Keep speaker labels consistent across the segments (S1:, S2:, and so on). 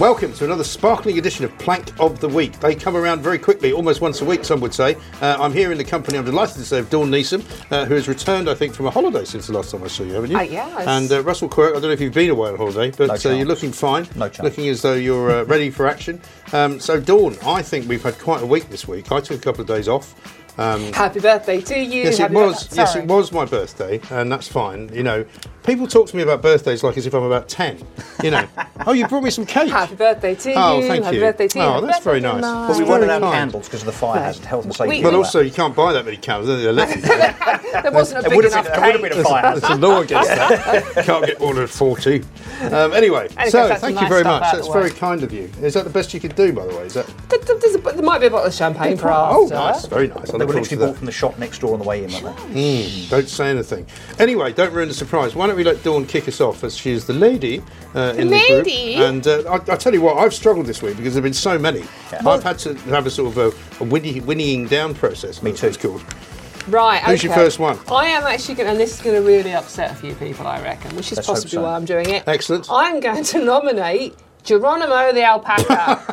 S1: Welcome to another sparkling edition of Plank of the Week. They come around very quickly, almost once a week, some would say. Uh, I'm here in the company, I'm delighted to say, of Dawn Neeson, uh, who has returned, I think, from a holiday since the last time I saw you, haven't you?
S2: Uh, yes.
S1: And uh, Russell Quirk, I don't know if you've been away on holiday,
S3: No
S1: but uh, you're
S3: chance.
S1: looking fine.
S3: No chance.
S1: Looking as though you're uh, ready for action. Um, so, Dawn, I think we've had quite a week this week. I took a couple of days off.
S2: Happy birthday to you.
S1: Yes, it
S2: Happy
S1: was.
S2: birthday-
S1: Yes,
S2: Sorry.
S1: it was my birthday, and that's fine. You know, people talk to me about birthdays like as if I'm about ten. You know, oh, you brought me some cake.
S2: Happy birthday to
S1: Oh,
S2: you.
S1: thank
S2: Happy
S1: you.
S2: birthday to you.
S1: Oh,
S2: Happy
S1: that's very nice.
S2: birthday, Mark.
S1: Well,
S3: But we
S1: It's
S3: won't
S1: very
S3: allow
S1: kind.
S3: candles because of the fire hazard, health and safety.
S2: We-
S1: But
S2: we-
S1: also, you can't buy that many candles. They're illegal.
S2: There wasn't a
S3: it
S2: big
S3: would have
S2: enough
S3: been, it
S2: cake.
S3: would have been a fire hazard.
S1: There's a law against that. Can't get more than forty. Um, anyway,
S2: case,
S1: so
S2: that's
S1: thank
S2: nice
S1: you very
S2: stuff
S1: much.
S2: out
S1: That's
S2: the way.
S1: very kind of you. Is that the best you could do, by the way? Is that?
S2: There- there- there's a- there might be a bottle of champagne for after.
S1: Oh, nice. Very nice. I
S3: They
S1: look
S3: were
S1: forward to
S3: literally bought
S1: that. Mm,
S3: from the shop next door on the way in, weren't they?
S1: Don't say anything. Anyway, don't ruin the surprise. Why don't we let Dawn kick us off as she is the lady uh, in the
S2: lady?
S1: group? And uh, I, I tell you what, I've struggled this week because there have been so many. I've had to have a sort of a, a winning, winning down process. Me
S3: too.
S1: It's called.
S2: Right.
S1: Who's your
S2: okay.
S1: first one?
S2: I am actually going, to and this is going to really upset a few people, I reckon, which is
S3: Let's hope
S2: possibly
S3: so.
S2: why I'm doing it.
S1: Excellent.
S2: I'm going to nominate Geronimo the alpaca.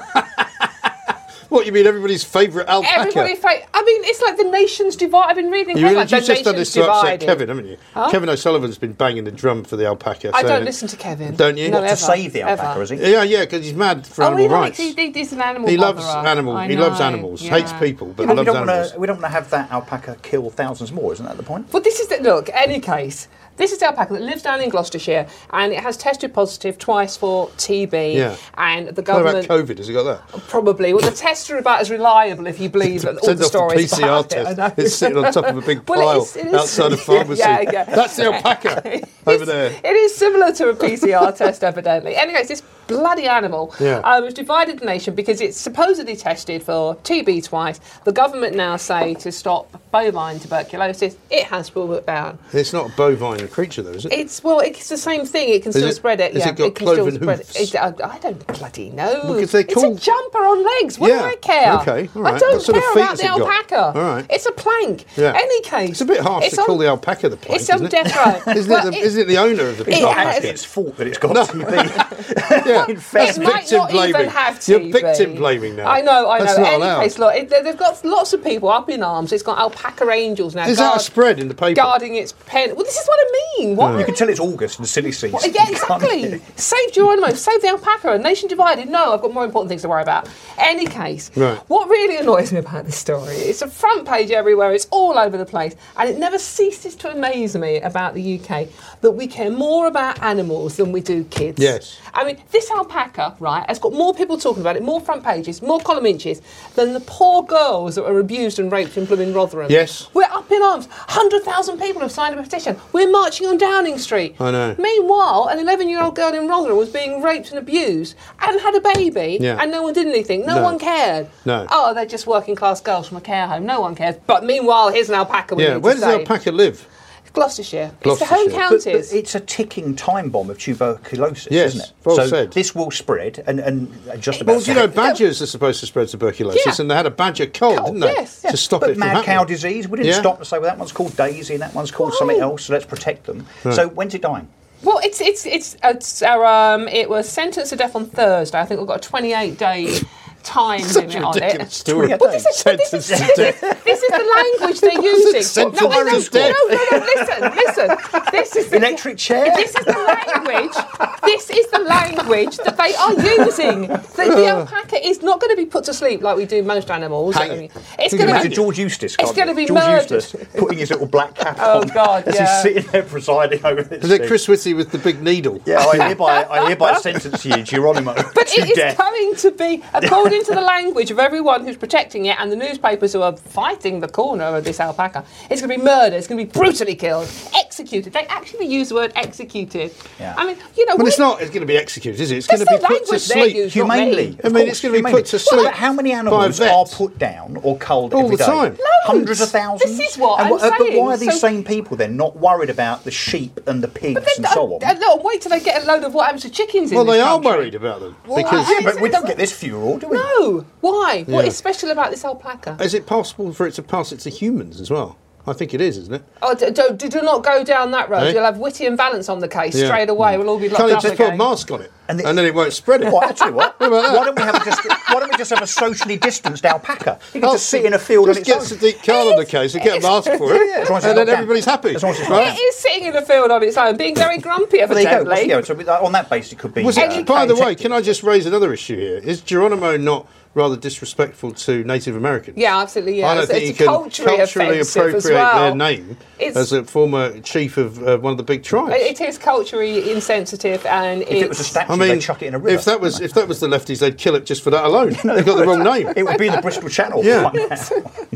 S1: What you mean? Everybody's favourite alpaca.
S2: Everybody, fa- I mean, it's like the nation's divide. I've been reading
S1: You,
S2: headlines.
S1: you've
S2: the
S1: just done
S2: nation's
S1: this to upset
S2: divided.
S1: Kevin, haven't you? Kevin O'Sullivan's been banging the drum for the alpaca.
S2: I
S1: saying
S2: don't
S1: it-
S2: listen to Kevin.
S1: Don't you?
S2: No,
S1: Not
S3: To
S2: ever,
S3: save the alpaca,
S2: ever.
S3: is he?
S1: Yeah, yeah, because he's mad for
S2: Oh,
S1: animal
S2: he
S1: rights.
S2: likes. He, he- he's an animal.
S1: He loves
S2: botherer.
S1: animal.
S2: I
S1: He loves
S2: know,
S1: animals.
S2: yeah.
S1: Hates people, but
S3: And we
S1: loves
S3: don't want
S1: animals.
S3: to. We don't want to have that alpaca kill thousands more. Isn't that the point?
S2: But this is the look, any case. This is the alpaca that lives down in Gloucestershire and it has tested positive twice for TB.
S1: Yeah.
S2: And the
S1: What about
S2: government
S1: COVID? Has he got that?
S2: probably well the tests are about as reliable if you believe all
S1: Send
S2: the
S1: off the
S2: stories.
S1: PCR
S2: behind it, I
S1: test.
S2: know.
S1: It's sitting on top of a big
S2: Well,
S1: pile
S2: it's- it is-
S1: outside a pharmacy.
S2: Yeah, yeah.
S1: That's the alpaca over there.
S2: It is similar to a PCR test, evidently. Anyways, this bloody animal
S1: Yeah.
S2: um, has divided the nation because it's supposedly tested for TB twice. The government now say to stop bovine tuberculosis, it has brought it down.
S1: It's not a bovine creature, though, is it?
S2: It's well, it's the same thing. It can still
S1: it-
S2: spread it.
S1: has
S2: yeah,
S1: it got
S2: can still
S1: cloven
S2: spread it.
S1: hoofs?
S2: It- I, I don't bloody know.
S1: Because they're called-
S2: It's a jumper on legs. What
S1: Yeah,
S2: do I care?
S1: okay, all
S2: I
S1: right.
S2: don't
S1: What sort of
S2: care
S1: feet
S2: about
S1: has
S2: the
S1: it got?
S2: alpaca.
S1: All right.
S2: It's a plank.
S1: Yeah.
S2: Any case.
S1: It's a bit harsh to
S2: on-
S1: call the alpaca the plank,
S2: It's on
S1: isn't it?
S2: death row.
S1: Isn't,
S2: Well,
S1: it the, isn't it the owner of the
S2: it
S3: It's not
S2: has-
S3: actually its fault that it's got TB.
S1: Yeah.
S2: It
S3: Infected.
S2: might
S1: victim
S2: not
S1: blaming.
S2: even have TB.
S1: You're victim blaming now.
S2: I know, I
S1: That's
S2: know.
S1: not
S2: Any
S1: allowed.
S2: case, look, it, they- they've got lots of people up in arms. It's got alpaca angels now.
S1: Is that a
S2: guard-
S1: spread in the paper?
S2: Guarding its pen. Well, this is what I mean. What?
S3: You can tell it's August and silly season.
S2: Well, yeah,
S3: You can't-
S2: exactly. Save Geronimo, save the alpaca, a nation divided. No, I've got more important things to worry about. Any case,
S1: Right.
S2: what really annoys me about this story, it's a front page everywhere, it's all over the place, and it never ceases to amaze me about the UK that we care more about animals than we do kids.
S1: Yes.
S2: I mean, this alpaca, right, has got more people talking about it, more front pages, more column inches than the poor girls that were abused and raped in Blooming Rotherham.
S1: Yes.
S2: We're up in arms. 100,000 people have signed a petition. We're marching on Downing Street.
S1: I know.
S2: Meanwhile, an 11 year old girl in Rotherham was being raped and abused and had a baby,
S1: Yeah.
S2: and no one did anything. No,
S1: No.
S2: one cared.
S1: No.
S2: Oh, they're just working class girls from a care home. No one cares. But meanwhile, here's an alpaca. We
S1: Yeah,
S2: need
S1: where
S2: to
S1: does the
S2: save.
S1: alpaca live?
S2: Gloucestershire. It's the
S1: Gloucestershire.
S2: home
S3: But, but
S2: counties.
S3: it's a ticking time bomb of tuberculosis,
S1: Yes,
S3: isn't it?
S1: well
S3: so
S1: said.
S3: this will spread, and, and just about.
S1: Well, you know, badgers are supposed to spread tuberculosis,
S2: Yeah.
S1: and they had a badger cold,
S2: Cold,
S1: didn't they?
S2: yes, yeah.
S1: To stop
S3: but
S1: it from
S3: mad
S1: happening.
S3: cow disease, we didn't
S1: Yeah.
S3: stop and say, well, that one's called Daisy and that one's called something
S2: Why?
S3: else, so let's protect them. So when's it dying?
S2: Well, it's it's it's, it's uh, um, it was sentenced to death on Thursday. I think we've got a 28 day time
S1: Such
S2: limit
S1: a
S2: on
S1: ridiculous
S2: it.
S1: story.
S3: What is it-
S1: Sentenced to death.
S2: This is the language they're using.
S1: sentenced
S2: No, no, no, no,
S1: to death.
S2: no, no, listen, listen. This is the,
S3: Electric chair.
S2: This is the language. This is the language that they are using. The, the alpaca is not going to be put to sleep like we do most animals.
S1: Hang it.
S2: It's
S3: You can
S2: going to
S3: imagine
S2: be
S3: George Eustace.
S2: It's
S3: can't you?
S2: going to be
S3: George
S2: murdered.
S3: Eustace putting his little black cap
S2: Oh,
S3: on
S2: God,
S3: as
S2: yeah.
S3: he's sitting there presiding over this.
S1: Is it
S3: thing.
S1: Chris Whitty with the big needle?
S3: Yeah, I hereby, I hereby sentence you, Geronimo,
S2: But
S3: to
S2: it is
S3: death.
S2: coming to be, according to the language of everyone who's protecting it and the newspapers who are fighting the corner of this alpaca, it's going to be murder. It's going to be brutally killed, executed. They actually use the word executed.
S3: Yeah.
S2: I mean, you know,
S1: Well,
S2: we-
S1: it's not. It's going to be executed, is it? It's
S2: That's
S1: going to be
S2: the
S1: put to
S2: language they
S1: sleep.
S2: use. not
S3: Humanely,
S2: me.
S3: of
S1: I mean,
S3: course,
S1: it's gonna be
S3: humanely.
S1: put to sleep
S3: But how many
S1: by a
S3: animals
S1: vet.
S3: are put down or culled
S1: All
S3: every
S1: the
S3: day?
S1: time. Loads.
S3: Hundreds of thousands.
S2: This is what
S3: And uh,
S2: I'm
S3: But why are
S2: saying.
S3: these
S2: So-
S3: same people then not worried about the sheep and the pigs and so on?
S2: Uh, no, wait till they get a load of what happens to chickens in
S1: Well,
S2: this
S1: they are
S2: country.
S1: worried about them
S2: Well,
S1: because
S2: I-
S3: yeah, but we don't get this funeral, do we?
S2: No, why? What
S1: Yeah.
S2: is special about this alpaca?
S1: is it possible for it to pass it to humans as well? I think it is, isn't it?
S2: Oh, do, do, do not go down that road.
S1: Eh?
S2: You'll have witty and balance on the case
S1: Yeah.
S2: straight away. We'll all be
S1: Can't
S2: locked
S1: you
S2: up
S1: just put a
S2: again.
S1: mask on it, and,
S3: And the-
S1: then it won't spread it?
S3: Well, I tell you what.
S1: What about that?
S3: why don't we have a just? Why don't we just have a socially distanced alpaca? You can just sit in a field
S1: Just
S3: on its
S1: get
S3: own.
S1: Sadiq Khan on the case and get a mask for it,
S3: As long
S1: and
S3: as it's not
S1: then
S3: damp.
S1: everybody's happy.
S3: As long as it's not
S1: right?
S2: It is sitting in a field on its own, being very grumpy
S3: Well, there you go.
S2: evidently.
S3: Yeah, so we- on that basis, it could be.
S1: Was
S3: uh,
S1: it, by the way,
S3: protected.
S1: can I just raise another issue here? Is Geronimo not rather disrespectful to Native Americans?
S2: Yeah, absolutely, yeah.
S1: I don't
S2: It's-
S1: think
S2: it's
S1: you can
S2: culturally
S1: culturally,
S2: offensive as
S1: appropriate
S2: well.
S1: their name
S2: It's-
S1: as a former chief of uh, one of the big tribes.
S2: It is culturally insensitive, and
S3: If it was a statue,
S1: I mean,
S3: they'd chuck it in a river.
S1: if that was if that was the lefties, they'd kill it just for that alone. They've got the wrong name.
S3: it would be the Bristol Channel.
S1: Yeah.
S3: Right now.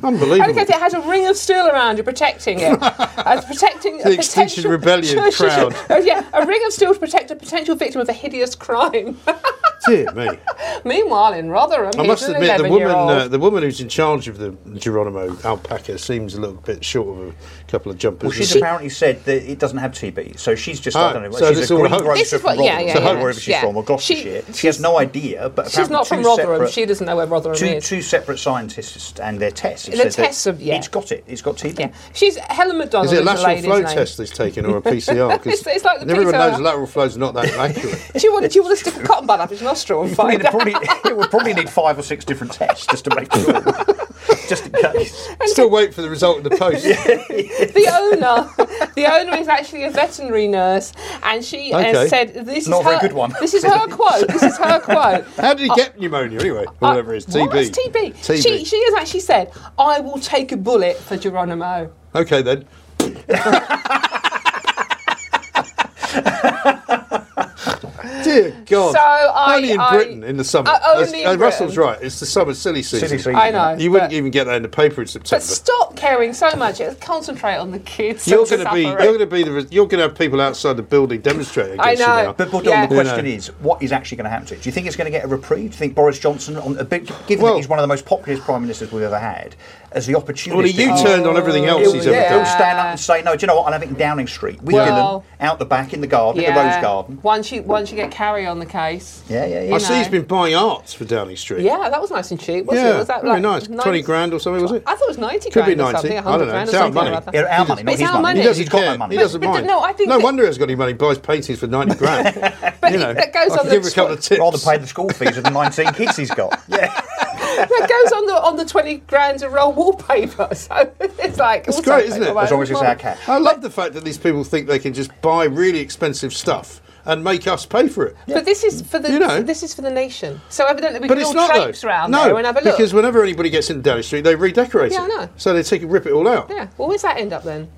S1: Unbelievable.
S2: Because it has a ring of steel around you protecting it. As protecting
S1: The Extinction Rebellion crowd.
S2: Oh, yeah, a ring of steel to protect a potential victim of a hideous crime.
S1: Dear me.
S2: Meanwhile, in Rotherham,
S1: I
S2: he's
S1: must
S2: an
S1: admit, the woman,
S2: eleven-year-old.
S1: uh, the woman who's in charge of the Geronimo alpaca seems a little bit short of a couple of jumpers.
S3: Well, she's
S1: She-
S3: apparently said that it doesn't have TB, so she's just,
S1: Oh,
S3: I don't know,
S1: so
S3: she's
S1: this
S3: a
S1: all
S3: green
S1: hoax.
S2: This
S3: grocer
S2: is what-
S3: from
S2: yeah,
S3: Rotherham,
S2: yeah,
S3: so
S2: yeah.
S3: wherever she's
S2: Yeah.
S3: from, or Gloucestershire. She, has no idea, but
S2: she's not from
S3: apparently two
S2: Rotherham.
S3: separate-
S2: She doesn't know where Rotherham
S3: Two,
S2: is.
S3: two separate scientists and their tests. have
S2: The
S3: said that
S2: tests of- yeah.
S3: It's got it. It's got TB.
S2: yeah, she's Helen McDonald.
S1: Is it a
S2: the
S1: lateral
S2: lady's
S1: flow
S2: name.
S1: test he's taken or a PCR? 'Cause
S2: It's- it's like the
S1: everyone
S2: PCR.
S1: knows lateral flow's not that accurate.
S2: Do you want? Do you want to stick a cotton bud up his nostril and
S3: I mean,
S2: find
S3: it
S2: out?
S3: probably, it would probably need five or six different tests just to make sure, just in case.
S1: Still wait for the result in the post.
S2: the owner, the owner is actually a veterinary nurse, and she uh,
S1: Okay.
S2: said, "This
S3: Not
S2: is
S3: a very
S2: her,
S3: good one.
S2: This is her quote. This is her quote.
S1: How did he get pneumonia anyway?
S2: Uh,
S1: Whatever it is, TB.
S2: What? It's TB.
S1: TB.
S2: She, she has actually said, "I will take a bullet for Geronimo."
S1: Okay then. Dear God.
S2: So I-
S1: only in
S2: I-
S1: Britain in the summer.
S2: Uh, only in
S1: Uh, Russell's
S2: Britain.
S1: right. It's the summer silly season. Uh,
S3: Silly season.
S2: I know.
S1: You wouldn't
S2: but-
S1: even get that in the paper in September.
S2: But stop caring so much. Concentrate on the kids.
S1: you're
S2: going to
S1: be you're going to be the, you're going to have people outside the building demonstrating
S2: I
S1: against
S2: know.
S1: you now.
S3: But, but
S2: Yeah.
S3: the question
S1: You know.
S3: is, what is actually going to happen to it? Do you think it's going to get a reprieve? Do you think Boris Johnson, on a bit, given
S1: Well-
S3: that he's one of the most populist prime ministers we've ever had, as the opportunity?
S1: Well, he U-turned on everything
S2: Oh,
S1: else
S3: He'll,
S1: he's
S3: yeah,
S1: ever
S3: he'll
S1: done.
S3: stand up and say, "No, do you know what? I'm having Downing Street with
S1: Well-
S3: Dylan out the back in the garden, in the Rose Garden."
S2: Once you once you get carry on the case.
S3: Yeah, yeah, yeah.
S1: I
S2: You
S1: see
S2: know.
S1: he's been buying arts for Downing Street.
S2: Yeah, that was nice and cheap, wasn't
S1: yeah,
S2: it? Was that
S1: very
S2: like
S1: nice.
S2: 90
S1: Twenty grand or something was it?
S2: I thought it was 90
S1: Could be
S2: grand or
S1: 90.
S2: something,
S1: I
S2: 100
S1: don't know.
S2: grand
S1: It's
S2: or
S1: our
S2: something
S1: money.
S2: like that.
S3: Yeah, our money, not
S2: it's
S3: his
S2: our
S3: money.
S2: money.
S1: He doesn't
S3: He's got
S1: care.
S3: no money.
S1: He doesn't
S2: But- but
S1: mind.
S2: no, I think
S1: no
S2: that-
S1: wonder he's got any money. He buys paintings for ninety grand.
S2: But
S1: you know,
S2: that goes
S1: I
S2: on
S1: could
S2: the
S1: give him a couple of tips.
S3: Rather pay the school fees of the 19 kids he's got. Yeah,
S2: that goes on the on the 20 grand to roll wallpaper. So it's like
S1: It's
S2: we'll
S1: great,
S2: take
S1: isn't
S2: that
S1: it?
S2: away.
S3: as long as it's our cash.
S1: I love the fact that these people think they can just buy really expensive stuff and make us pay for it.
S2: But this is for the
S1: You know.
S2: this is for the nation. So evidently we
S1: But
S2: can
S1: it's
S2: all
S1: not
S2: traipse
S1: though.
S2: round
S1: no,
S2: there and have a look.
S1: because whenever anybody gets into Downing Street, they redecorate
S2: Yeah, I
S1: it.
S2: know.
S1: So they take it, rip it all out
S2: yeah. Well, where's that end up then?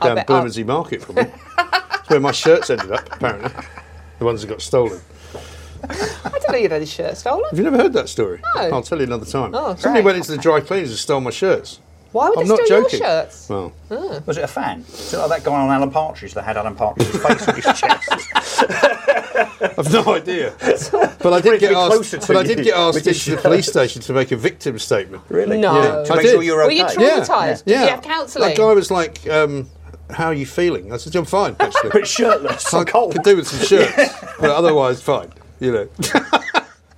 S2: I
S1: down
S2: bet- I'll-
S1: Bermondsey Market for me. That's where my shirts ended up, apparently. The ones that got stolen.
S2: I don't know you had his shirt stolen.
S1: Have you never heard that story?
S2: No.
S1: I'll tell you another time.
S2: Oh,
S1: Somebody
S2: great.
S1: went into the dry cleaners and stole my shirts.
S2: Why would
S1: I'm
S2: they
S1: not
S2: steal
S1: joking.
S2: your shirts?
S1: Well,
S3: Was it a fan? Is it like that guy on Alan Partridge that had Alan Partridge's face on his chest?
S1: I've no idea. but I did
S3: Bring
S1: get
S3: me
S1: asked.
S3: closer to
S1: But I
S3: you
S1: did get asked
S3: with
S1: into
S3: your
S1: the
S3: shirt.
S1: police station to make a victim statement.
S3: Really?
S2: No. Yeah.
S3: To
S1: I
S3: make
S1: did.
S3: sure you're
S2: Were
S3: okay.
S2: you traumatised? Did you have counselling?
S1: That guy was like, um, "How are you feeling?" I said, "I'm fine, actually.
S3: But shirtless,
S1: I
S3: I'm cold.
S1: could do with some shirts, but otherwise fine." You know,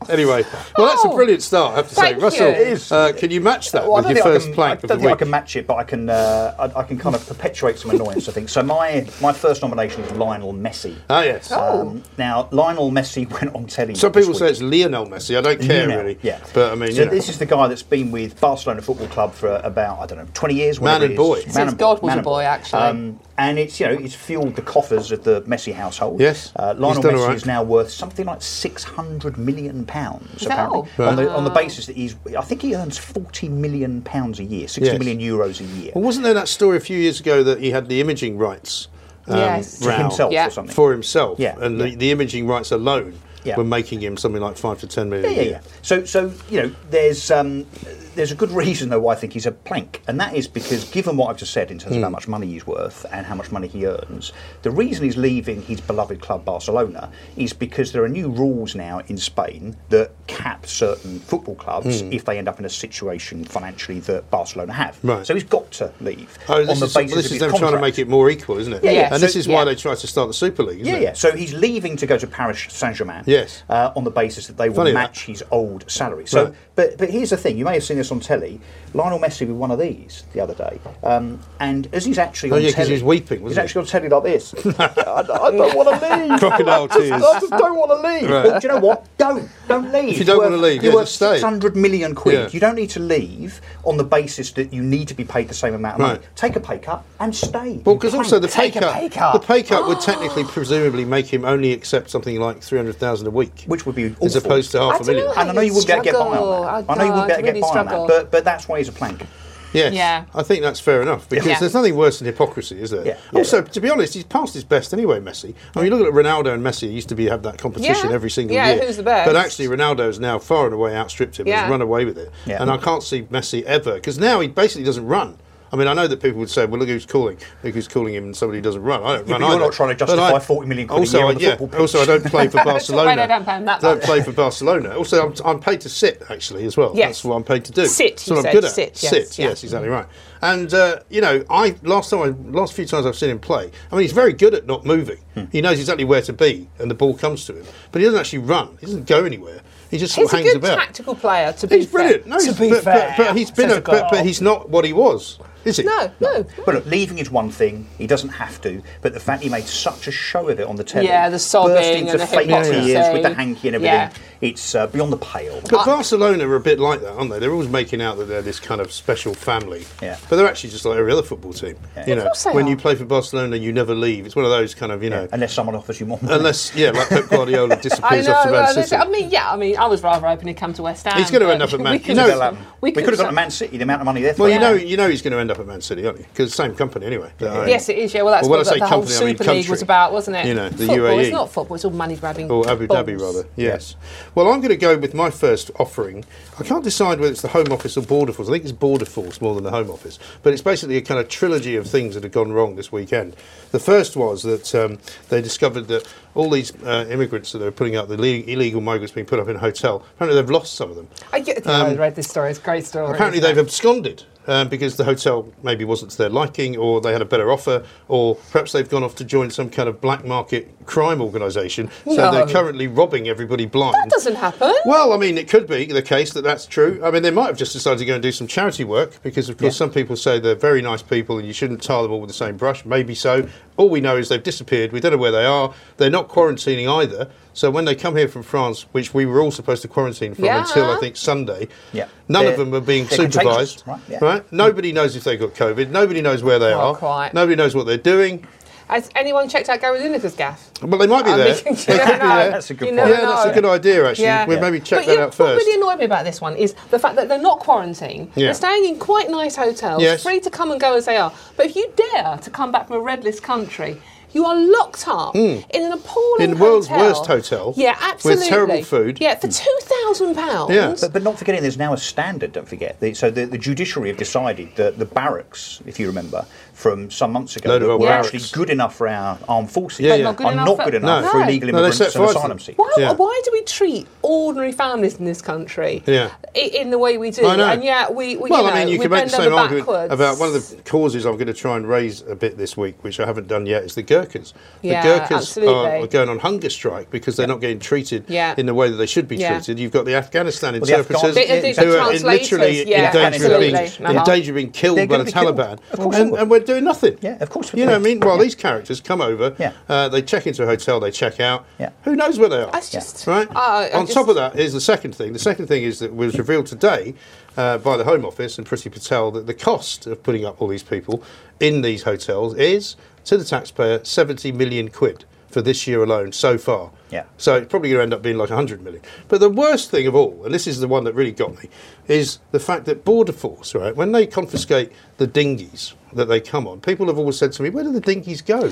S1: Anyway, well, that's a
S2: Oh.
S1: brilliant start, I have to say.
S2: Thank
S1: Russell,
S2: you. It
S3: is.
S1: Uh, can you match that
S3: Well, I
S1: with
S3: don't
S1: your
S3: think I
S1: first
S3: can,
S1: plank
S3: I
S1: of the
S3: don't think I
S1: week?
S3: can match it, but I can. Uh, I, I can kind of perpetuate some annoyance. I think so. My my first nomination is Lionel Messi.
S1: Ah, yes.
S3: Um, now Lionel Messi went on telly.
S1: Some
S3: this
S1: people
S3: week.
S1: say it's Lionel Messi. I don't care,
S3: Lionel,
S1: really.
S3: Yeah,
S1: But, I mean,
S3: so
S1: you know.
S3: this is the guy that's been with Barcelona Football Club for about I don't know twenty years. whatever
S1: and
S3: it is.
S1: boy.
S3: Man
S2: Since
S3: and-
S2: God was a
S3: man and
S2: boy, actually.
S3: Um, and it's you know it's fueled the coffers of the Messi household.
S1: Yes.
S3: uh,
S1: He's
S3: Lionel
S1: done
S3: Messi
S1: all right.
S3: is now worth something like six hundred million pounds
S2: No.
S3: apparently
S2: Right.
S3: on, the, on the basis that he's I think he earns forty million pounds a year, sixty
S1: Yes.
S3: million euros a year.
S1: Well, wasn't there that story a few years ago that he had the imaging rights um,
S2: Yes. To
S1: row
S3: himself
S2: Yeah.
S3: or something.
S1: for himself?
S3: Yeah,
S1: And
S3: yeah.
S1: The, the imaging rights alone
S3: Yeah.
S1: were making him something like five to ten million.
S3: Yeah,
S1: a
S3: yeah,
S1: year.
S3: yeah. So, so you know, there's um, there's a good reason though why I think he's a plank, and that is because given what I've just said in terms of
S1: Hmm.
S3: how much money he's worth and how much money he earns, the reason he's leaving his beloved club Barcelona is because there are new rules now in Spain that cap certain football clubs
S1: Hmm.
S3: if they end up in a situation financially that Barcelona have.
S1: Right.
S3: So he's got to leave
S1: Oh,
S3: on
S1: this
S3: the
S1: is,
S3: basis
S1: well, this
S3: of
S1: is
S3: his
S1: them trying to
S3: contract.
S1: make it more equal, isn't it?
S3: Yeah, yeah.
S1: And this
S3: So-
S1: is why
S2: yeah.
S1: they tried to start the Super League, isn't
S3: Yeah,
S1: it?
S3: yeah. So he's leaving to go to Paris Saint Germain.
S1: Yes.
S3: Uh, on the basis that they will
S1: Funny that.
S3: match his old salary. So,
S1: Right.
S3: but but here's the thing: you may have seen this on telly. Lionel Messi with one of these the other day, um, and as he's actually
S1: Oh,
S3: on
S1: yeah, 'cause
S3: telly,
S1: he was weeping, wasn't
S3: he's
S1: he?
S3: actually on telly like this. I, I don't want to leave.
S1: Crocodile tears.
S3: I just don't want to leave.
S1: Right.
S3: Well, do you know what? Don't don't leave.
S1: If you don't
S3: You're
S1: wanna
S3: worth-
S1: leave,
S3: you're
S1: yeah,
S3: worth
S1: just stay.
S3: six hundred million quid.
S1: Yeah.
S3: You don't need to leave on the basis that you need to be paid the same amount of money.
S1: Right.
S3: Take a pay cut and stay.
S1: Well,
S3: you
S1: because
S3: cunt.
S1: also the pay
S3: Take a
S1: cut,
S3: pay cut.
S1: the pay cut would technically, presumably, make him only accept something like three hundred thousand a week,
S3: Which would be
S1: as
S3: awful.
S1: opposed to
S2: I
S1: half a
S2: don't
S1: million.
S2: know
S3: And I know you would get, get by on
S2: Struggle.
S3: that.
S2: I
S3: I know you would
S2: don't,
S3: get, get
S2: really
S3: by on
S2: struggle.
S3: that. But, but that's why he's a plank.
S1: Yes.
S2: Yeah.
S1: I think that's fair enough because
S2: Yeah.
S1: there's nothing worse than hypocrisy, is there?
S3: Yeah.
S1: Also,
S3: Yeah.
S1: to be honest, he's past his best anyway, Messi. I mean, you look at Ronaldo and Messi, it used to be have that competition
S2: Yeah.
S1: every single
S2: Yeah,
S1: year.
S2: who's the best?
S1: But actually, Ronaldo's now far and away outstripped him.
S2: Yeah.
S1: He's run away with it.
S3: Yeah.
S1: And I can't see Messi ever because now he basically doesn't run. I mean, I know that people would say, "Well, look who's calling. Look who's calling him, and somebody who doesn't run." I don't
S3: Yeah,
S1: run
S3: but you're
S1: either.
S3: not trying to
S1: But
S3: justify
S1: I-
S3: 40 million quid a
S1: also,
S3: year
S1: I,
S3: on the
S1: yeah,
S3: football pitch.
S1: Also, I don't play for
S2: That's all right,
S1: Barcelona.
S2: I don't play that
S1: Don't
S2: much.
S1: play for Barcelona. Also, I'm, I'm paid to sit actually as well.
S2: Yes.
S1: That's what I'm paid to do.
S2: Sit,
S1: That's
S2: you
S1: what I'm
S2: said.
S1: good at.
S2: Sit, yes,
S1: sit.
S2: yeah.
S1: Yes, exactly right. And uh, you know, I last time, I, last few times I've seen him play. I mean, he's very good at not moving.
S3: Hmm.
S1: He knows exactly where to be, and the ball comes to him. But he doesn't actually run. He doesn't go anywhere. He just sort of
S2: He's a
S1: hangs
S2: good
S1: about.
S2: tactical player, to be
S1: He's brilliant.
S2: fair.
S1: No, he's, but, but, but he's been, a, but, but he's not what he was, is he?
S2: No, no.
S3: But look, leaving is one thing. He doesn't have to. But the fact he made such a show of it on the telly,
S2: Yeah, the sobbing
S3: burst
S2: and
S3: into
S2: the
S3: fake
S2: hypocrisy.
S3: tears with the hanky and everything,
S2: Yeah.
S3: it's uh, beyond the pale.
S1: But Barcelona are a bit like that, aren't they? They're always making out that they're this kind of special family.
S3: Yeah.
S1: But they're actually just like every other football team. You know,
S2: course they
S1: when you
S2: are.
S1: play for Barcelona, you never leave. It's one of those kind of, you know,
S3: Unless someone offers you more money.
S1: unless, yeah, like Pep Guardiola
S2: I
S1: disappears
S2: know.
S1: off to Man
S2: well,
S1: City.
S2: listen, I mean, yeah. I mean, I was rather hoping he'd come to West Ham.
S1: He's gonna
S2: but
S1: end up at Man-
S2: we
S1: you
S2: could've-
S1: know,
S3: Well, um, we could have got
S2: done-
S3: to Man City, the amount of money they're
S1: well, you
S3: throwing.
S1: know, you know he's going to end up at Man City, aren't you? Because same company anyway. Uh,
S2: Yes, it is. Yeah, well, that's
S1: when
S2: what
S1: I say
S2: the, the whole
S1: company, I mean
S2: Super League
S1: country.
S2: was about, wasn't it?
S1: You know, the
S2: football.
S1: UAE.
S2: It's not football. It's all money grabbing.
S1: Or Abu Dhabi,
S2: balls.
S1: rather. Yes. Well, I'm going to go with my first offering. I can't decide whether it's the Home Office or Border Force. I think it's Border Force more than the Home Office. But it's basically a kind of trilogy of things that have gone wrong this weekend. The first was that um, they discovered that all these uh, immigrants that they were putting up, the le- illegal migrants being put up in a hotel, apparently they've lost some of them.
S2: I, get, I read this story. It's a great story.
S1: Um, Apparently,
S2: isn't
S1: they've
S2: it?
S1: absconded um, because the hotel maybe wasn't to their liking, or they had a better offer, or perhaps they've gone off to join some kind of black market crime organisation. So
S2: No.
S1: they're currently robbing everybody blind.
S2: That doesn't happen.
S1: Well, I mean, it could be the case that that's true. I mean, they might have just decided to go and do some charity work because, of course, some people say they're very nice people and you shouldn't tar them all with the same brush. Maybe so. All we know is they've disappeared. We don't know where they are. They're not quarantining either. So when they come here from France, which we were all supposed to quarantine from
S2: Yeah.
S1: until I think Sunday,
S3: Yeah.
S1: none of
S3: They're-
S1: them are being
S3: they're contagious,
S1: supervised.
S3: right? Yeah.
S1: Nobody knows if they got COVID. Nobody knows where they
S2: Not
S1: are.
S2: quite.
S1: Nobody knows what they're doing.
S2: Has anyone checked out Gary Lineker's gaff?
S1: Well, they might be
S2: I
S1: there.
S2: mean,
S1: They
S2: you
S1: could be
S2: never know.
S1: there.
S3: That's a good
S2: You
S3: point.
S2: never
S1: Yeah, that's a
S2: know.
S1: good idea, actually.
S2: Yeah.
S1: We'll maybe check
S2: but
S1: that
S2: you know,
S1: out first.
S2: What really annoyed me about this one is the fact that they're not quarantined.
S1: Yeah.
S2: They're staying in quite nice hotels,
S1: Yes.
S2: free to come and go as they are. But if you dare to come back from a red list country, you are locked up in an appalling
S1: Hmm. In the world's
S2: hotel.
S1: worst hotel
S2: Yeah,
S1: with
S2: absolutely.
S1: terrible food.
S2: Yeah, for two thousand pounds.
S1: Yeah.
S3: But, but not forgetting, there's now a standard. Don't forget. The, so the, the judiciary have decided that the barracks, if you remember, from some months ago,
S1: Load of
S3: that
S1: old
S3: were
S2: barracks.
S3: actually good enough for our armed forces,
S1: Yeah, But yeah. not
S3: are
S2: good
S3: not
S2: enough for-
S3: good enough
S2: No.
S3: for illegal
S1: No, they
S3: immigrants
S1: set
S3: and
S1: fire to
S3: asylum
S1: them.
S3: seekers.
S2: Why,
S1: Yeah.
S2: why do we treat ordinary families in this country
S1: Yeah.
S2: i- in the way we do?
S1: I know.
S2: And yet we, we
S1: well,
S2: you know,
S1: I mean, you
S2: we
S1: can make
S2: bend
S1: the same
S2: over
S1: argument
S2: backwards.
S1: about one of the causes I'm going to try and raise a bit this week, which I haven't done yet, is the Gherkin Gurkhas.
S2: Yeah,
S1: the Gurkhas
S2: absolutely.
S1: are, are going on hunger strike because they're not getting treated
S2: Yeah.
S1: in the way that they should be
S2: Yeah.
S1: treated. You've got the Afghanistan
S3: the Afghans-
S1: interpreters
S3: They- they-
S2: they're
S1: who are in
S2: translators,
S1: literally
S2: yeah,
S1: in, danger of being,
S2: absolutely.
S1: in
S2: Uh-huh.
S1: danger of being killed
S3: They're
S1: by
S3: gonna
S1: the
S3: be killed.
S1: Taliban.
S3: Of course
S1: and,
S3: they will.
S1: and we're doing nothing.
S3: Yeah, of course we
S1: You know
S3: will.
S1: what I mean? While
S3: Yeah.
S1: these characters come over,
S3: Yeah.
S1: uh, they check into a hotel, they check out.
S3: Yeah.
S1: Who knows where they are?
S2: That's just-
S1: right.
S2: I- I
S1: On
S2: just-
S1: top of that, here's the second thing. The second thing is that was revealed today uh, by the Home Office and Priti Patel that the cost of putting up all these people in these hotels is to the taxpayer 70 million quid for this year alone so far.
S3: Yeah.
S1: So it's probably going to end up being like 100 million. But the worst thing of all, and this is the one that really got me, is the fact that Border Force, right, when they confiscate the dinghies that they come on, people have always said to me, where do the dinghies go?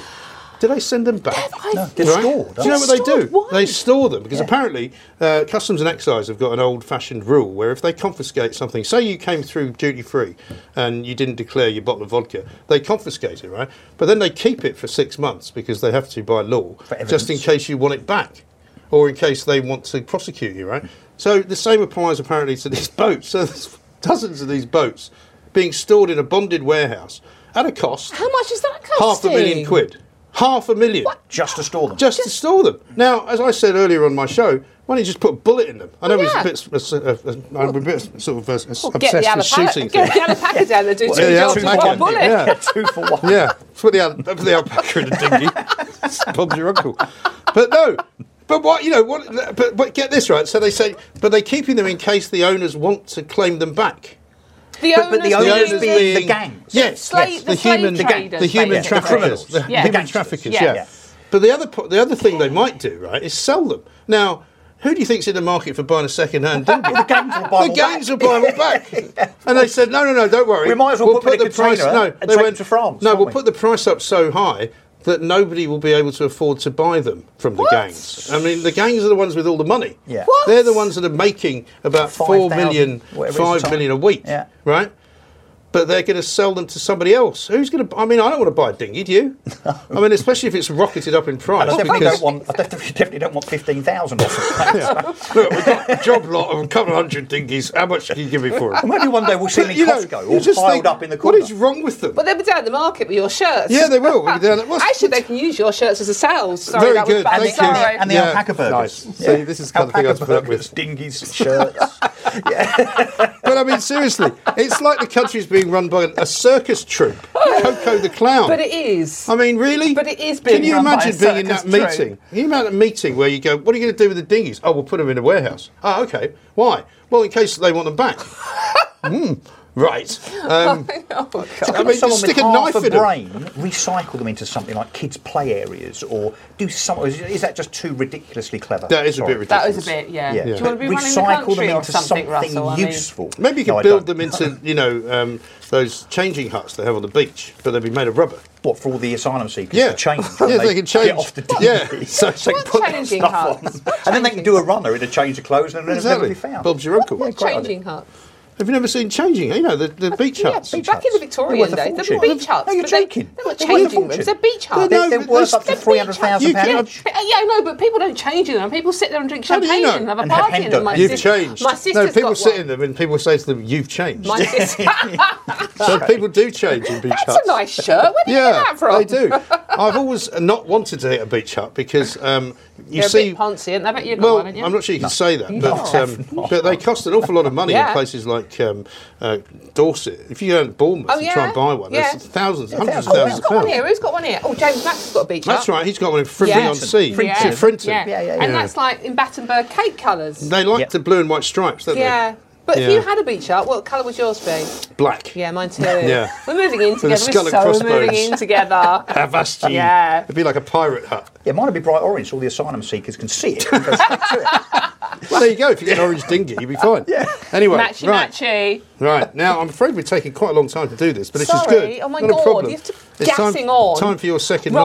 S1: Do they send them back?
S2: I- No,
S3: they're
S1: Right?
S3: stored,
S1: Do you know what they
S2: aren't they?
S1: do?
S2: Stored, why?
S1: They store them because
S3: Yeah.
S1: apparently uh, customs and excise have got an old-fashioned rule where if they confiscate something, say you came through duty-free and you didn't declare your bottle of vodka, they confiscate it, right? But then they keep it for six months because they have to by law,
S3: For evidence.
S1: just in case you want it back, or in case they want to prosecute you, right? So the same applies apparently to these boats. So there's dozens of these boats being stored in a bonded warehouse at a cost
S2: How much is that costing?
S1: half a million quid. Half a million
S3: Just to store them.
S1: just to store them. Now, as I said earlier on my show, why don't you just put a bullet in them? I know
S2: Well,
S1: it's
S2: yeah.
S1: a bit, s- a s- a- a- I'm a bit sort of uh, s-
S2: Get the
S1: obsessed with shooting
S2: alpaca,
S1: things.
S2: get the alpaca down there, do two
S1: yeah, the
S2: jobs with
S1: alpaca.
S2: one bullet.
S1: Yeah.
S3: Two for one.
S1: Yeah, just put the, al- put the alpaca in a dinghy. Bob's your uncle. But no, but what you know? What? But, but get this right. So they say, but they're keeping them in case the owners want to claim them back.
S2: The
S3: But- but the
S1: The
S3: owners
S2: owners
S1: owners
S3: being
S2: being
S3: the gangs.
S1: Yes,
S2: Slave-
S1: yes,
S2: the slave
S1: human,
S2: traders,
S1: the human
S2: basically.
S1: traffickers,
S3: The
S1: the
S3: criminals.
S2: Yeah.
S1: human
S3: Gangsters.
S1: traffickers.
S2: Yeah.
S1: Yeah.
S3: Yeah.
S1: But the other po- the other thing they might do right is sell them. Now, who do you think's in the market for buying a second-hand dinghy?
S3: The gangs will buy
S1: The
S3: them
S1: gangs will
S3: back.
S1: buy them back, and they said, "No, no, no, don't worry.
S3: We might as well put them in a
S1: price. No,
S3: container and
S1: they
S3: take them
S1: went
S3: to France,
S1: No,
S3: can't
S1: we'll
S3: we?"
S1: put the price up so high that nobody will be able to afford to buy them from the gangs. I mean, the gangs are the ones with all the money.
S3: Yeah. What?
S1: they're the ones that are making about four
S3: 5,000,
S1: million,
S3: whatever it is
S1: five
S3: a time.
S1: million a week.
S3: Yeah.
S1: Right but they're going to sell them to somebody else. Who's going to? I mean, I don't want to buy a dinghy. Do you? I mean, especially if it's rocketed up in price.
S3: And I definitely
S1: because
S3: don't want. I definitely definitely don't want fifteen thousand of them.
S1: look, we've got a job lot of a couple of hundred dinghies. How much can you give me for them?
S3: Maybe one day we'll see them in Costco, all piled up in the corner.
S1: What is wrong with them?
S2: But they'll be down the market with your shirts.
S1: yeah, they will. They'll be down at- what's-
S2: Actually, they can use your shirts as a sales. Sorry,
S1: Very
S2: that was
S1: good,
S2: bad.
S3: and the,
S1: thank you.
S2: Sorry.
S3: and the
S1: Yeah.
S3: alpaca burgers.
S1: Nice. See, this is the kind of thing I have to put up
S3: Alpaca
S1: with.
S3: burgers, dinghies, shirts.
S1: but I mean, seriously, it's like the country's being run by a circus troupe. Coco the clown.
S2: But it is.
S1: I mean, really?
S2: But it is being
S1: Can you
S2: run by a
S1: imagine being in that
S2: circus troupe.
S1: meeting? Can you imagine a meeting where you go, what are you going to do with the dinghies? Oh, we'll put them in a warehouse. Oh, okay. Why? Well, in case they want them back. Hmm. Right. Um,
S2: oh, God.
S1: I mean, just
S3: someone
S1: stick a
S3: with half
S1: knife in
S3: a
S1: them.
S3: brain, recycle them into something like kids' play areas, or do some. or Is, is that just too ridiculously clever?
S1: That is a bit
S2: That
S1: ridiculous.
S2: was a bit, yeah.
S3: Yeah.
S2: Do you want to be running the
S3: recycle
S2: country
S3: them
S2: or
S3: into
S2: something, Russell? I mean-
S3: useful.
S1: Maybe you could
S3: No, I
S1: build
S3: don't.
S1: them into, you know, um, those changing huts they have on the beach, but they'd be made of rubber.
S3: what for all the asylum seekers
S1: Yeah.
S3: to change.
S1: Yeah, they can change.
S3: Get off the
S1: Yeah.
S3: DVD.
S1: So-
S3: they
S2: What
S3: put their
S2: changing
S3: stuff
S2: hearts?
S3: on, and then they can do a runner in a change of clothes, and then they'll never be found.
S1: Bob's your uncle.
S2: What's changing heart?
S1: Have you never seen changing? You know, the, the beach
S3: Yeah,
S1: huts.
S3: beach
S2: Back in
S3: huts.
S2: the
S3: They're worth
S2: Victorian days,
S3: a
S2: there
S3: fortune.
S2: were beach huts.
S3: No, you're
S2: but
S3: joking.
S2: They, they were
S3: They're worth a
S2: changing rooms.
S3: fortune.
S2: They're beach
S1: They're
S2: huts.
S1: no-
S3: They're, they're
S1: but
S3: worth
S1: they-
S3: up to
S1: they're
S3: three hundred thousand
S1: beach huts. You
S3: pounds.
S1: can-
S2: Yeah, I know, but people don't change in them. People sit there and drink
S1: How do
S2: champagne
S1: you know?
S2: and have a
S3: And have
S2: party in
S3: hen
S2: them. My
S3: dogs.
S1: You've
S2: sis-
S1: changed.
S2: My sister's
S1: no, people
S2: got
S1: sit
S2: one.
S1: in them and people say to them, "You've changed."
S2: My sister.
S1: so people do change in beach
S2: That's
S1: huts.
S2: a nice shirt. Where did you get
S1: yeah,
S2: that from?
S1: they do. I've always not wanted to hit a beach hut because um, you
S2: They're a
S1: see,
S2: bit poncy, aren't they? I bet you got
S1: well,
S2: one, haven't you?
S1: I'm not sure you can say that, but
S3: No.
S1: um, but they cost an awful lot of money
S2: Yeah.
S1: in places like um, uh, Dorset. If you go to Bournemouth
S2: Oh,
S1: and try and
S2: yeah.
S1: buy one,
S2: Yeah.
S1: there's thousands, hundreds
S3: thousands.
S1: of
S2: Who's
S3: Oh,
S1: thousands of
S2: got one
S1: pounds.
S2: here? Who's got one here? Oh, James Max has got a beach
S1: That's
S2: hut.
S1: right. He's got one in Frimley
S2: Yeah.
S1: on Sea,
S2: Yeah.
S1: in Frinton.
S2: Yeah.
S3: Yeah, yeah, yeah.
S2: And that's like in Battenberg cake colours.
S1: They like
S3: Yeah.
S1: the blue and white stripes, don't
S2: Yeah. But if
S1: Yeah.
S2: you had a beach hut, what colour would yours be?
S1: they? Black.
S2: Yeah, mine too.
S1: Yeah.
S2: We're moving in
S1: a
S2: together.
S1: skull
S2: We're
S1: and
S2: so moving
S1: crossbones.
S2: in together.
S1: Avasti.
S2: Yeah.
S1: It'd be like a pirate hut.
S3: Yeah, mine would be bright orange. so All the asylum seekers can see it. and go straight to it.
S1: Well, there you go. If you get an orange dinghy, you'll be fine. Yeah. Anyway,
S2: Matchy
S1: right,
S2: matchy.
S1: right. Now, I'm afraid we're taking quite a long time to do this, but it's just
S2: Sorry.
S1: good.
S2: Oh my
S1: Not a
S2: God,
S1: problem.
S2: you have to
S1: it's time,
S2: gassing on.
S1: time for your second.
S2: Right.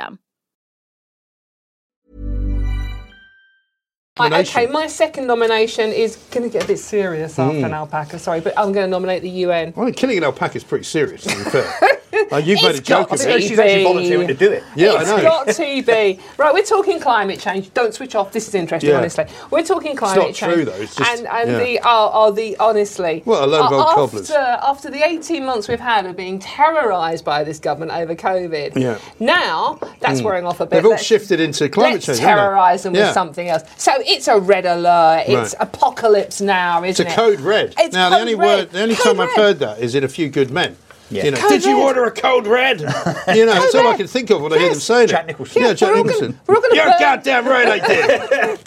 S2: Right,
S1: Nomination.
S2: okay, my second nomination is going to get a bit serious after
S1: Hmm.
S2: an alpaca. Sorry, but I'm going to nominate the UN.
S1: I mean, killing an alpaca is pretty serious, to be fair. Uh, you've made a
S2: It's
S1: joke
S2: got
S1: of
S2: to
S1: it.
S2: be.
S3: She's actually volunteering to do it.
S1: Yeah, I
S2: It's
S1: know.
S2: got to be. Right, we're talking climate change. Don't switch off. This is interesting,
S1: Yeah.
S2: honestly. We're talking climate
S1: not
S2: change.
S1: true, though. It's just-
S2: and and
S1: yeah.
S2: the are, are the honestly.
S1: What a load of
S2: a-
S1: old
S2: after,
S1: cobblers.
S2: After the 18 months we've had of being terrorised by this government over COVID,
S1: Yeah. Hmm.
S2: now that's wearing off a bit.
S1: They've all
S2: Let's-
S1: shifted into climate
S2: Let's
S1: change. haven't they?
S2: terrorise them
S1: Yeah.
S2: with something else. So it's a red alert.
S1: Right.
S2: It's apocalypse now,
S1: It's a
S2: isn't it?
S1: code red.
S2: It's
S1: now, the
S2: code
S1: only
S2: red.
S1: word, the only
S2: Code
S1: time I've
S2: red.
S1: heard that is in A Few Good Men.
S3: Yeah.
S1: You know,
S3: Code
S1: did you
S2: red.
S1: order a code red? you know, that's all I
S2: red.
S1: can think of when I hear them
S2: Yes.
S1: saying
S3: Jack
S1: it.
S3: Nicholson.
S1: Yeah,
S3: Yeah,
S1: Jack
S2: we're all gonna-
S1: Nicholson.
S2: we're all gonna
S1: You're
S2: burn-
S1: goddamn right I did.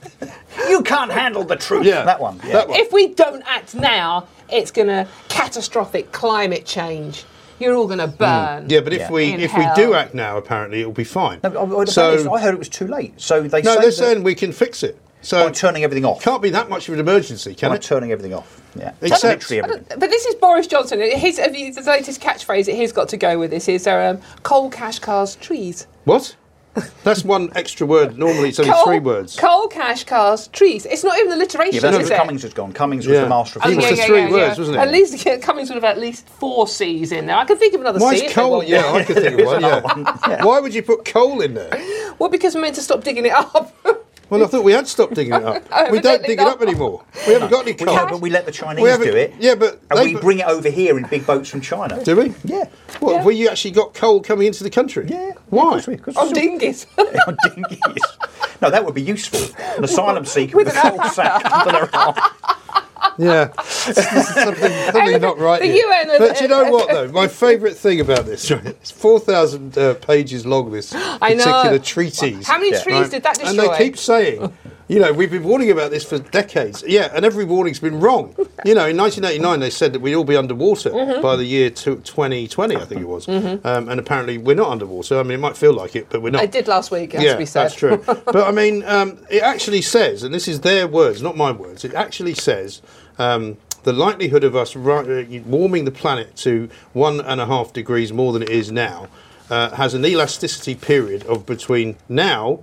S3: You can't handle the truth.
S1: Yeah.
S3: That one. Yeah.
S1: That one.
S2: If we don't act now, it's going to catastrophic climate change. You're all going to burn.
S1: Hmm. yeah, but if
S3: Yeah.
S1: we
S2: In
S1: if we do
S2: hell.
S1: act now, apparently it'll be fine.
S3: No, but I- I- the
S1: so
S3: fact is, I heard it was too late. So they
S1: no,
S3: say
S1: they're
S3: that
S1: saying we can fix it. So
S3: by turning everything off.
S1: can't be that much of an emergency, can
S3: by
S1: it?
S3: turning everything off. Yeah.
S1: Except-
S2: I
S3: literally
S2: don't-
S3: everything.
S2: But this is Boris Johnson. His, his latest catchphrase that he's got to go with this is uh, um, coal, cash, cars, trees.
S1: What? That's one extra word. Normally, it's only
S2: Coal,
S1: three words.
S2: Coal, cash, cars, trees. It's not even alliteration,
S3: Yeah, but that's
S2: is
S3: what
S2: it?
S3: Cummings has gone. Cummings was
S1: Yeah.
S3: the master of
S1: Oh,
S2: Oh,
S1: It was
S2: yeah,
S1: the
S2: yeah,
S1: three
S2: yeah,
S1: words,
S2: yeah.
S1: wasn't it?
S2: At least yeah, Cummings would have at least four C's in there. I can think of another
S1: Why
S2: C.
S1: is
S2: if they
S1: coal?
S2: want
S1: Yeah,
S2: one.
S1: I could think of one. Yeah. Why would you put coal in there?
S2: Well, because we're meant to stop digging it up.
S1: Well, I thought we had stopped digging it up. we
S2: we
S1: don't
S2: don't
S1: dig it
S2: know.
S1: up anymore. We haven't got any
S3: We know,
S1: coal.
S3: but we let the
S1: We
S3: Chinese
S1: haven't-
S3: do it.
S1: yeah, but
S3: and
S1: they-
S3: we bring it over here in big boats from China.
S1: Do we?
S3: Yeah.
S1: What, have we actually got coal coming into the country?
S3: Yeah. Of
S1: Why? Oh,
S3: course we- of course we
S2: on
S3: still-
S2: dingies.
S3: on dinghies. No, that would be useful. An asylum seeker with,
S2: With
S3: a
S2: an
S3: full sack under their arm.
S1: Yeah. something something not right
S2: The
S1: here.
S2: UN are-
S1: But you know what, though? My favourite thing about this, right? It's 4,000 uh, pages long, this
S2: I know.
S1: particular treatise.
S2: How many
S3: Yeah.
S2: trees did that
S1: and
S2: destroy?
S1: they keep saying, you know, we've been warning about this for decades. Yeah, and every warning's been wrong. You know, in 1989 they said that we'd all be underwater
S2: Mm-hmm.
S1: by the year tw 2020, I think it was. Um, and apparently we're not underwater. I mean, it might feel like it, but we're not.
S2: I did last week, it has
S1: yeah,
S2: to be said.
S1: that's true. but I mean, um, it actually says, and this is their words, not my words. It actually says um, the likelihood of us ri- uh, warming the planet to one and a half degrees more than it is now uh, has an elasticity period of between now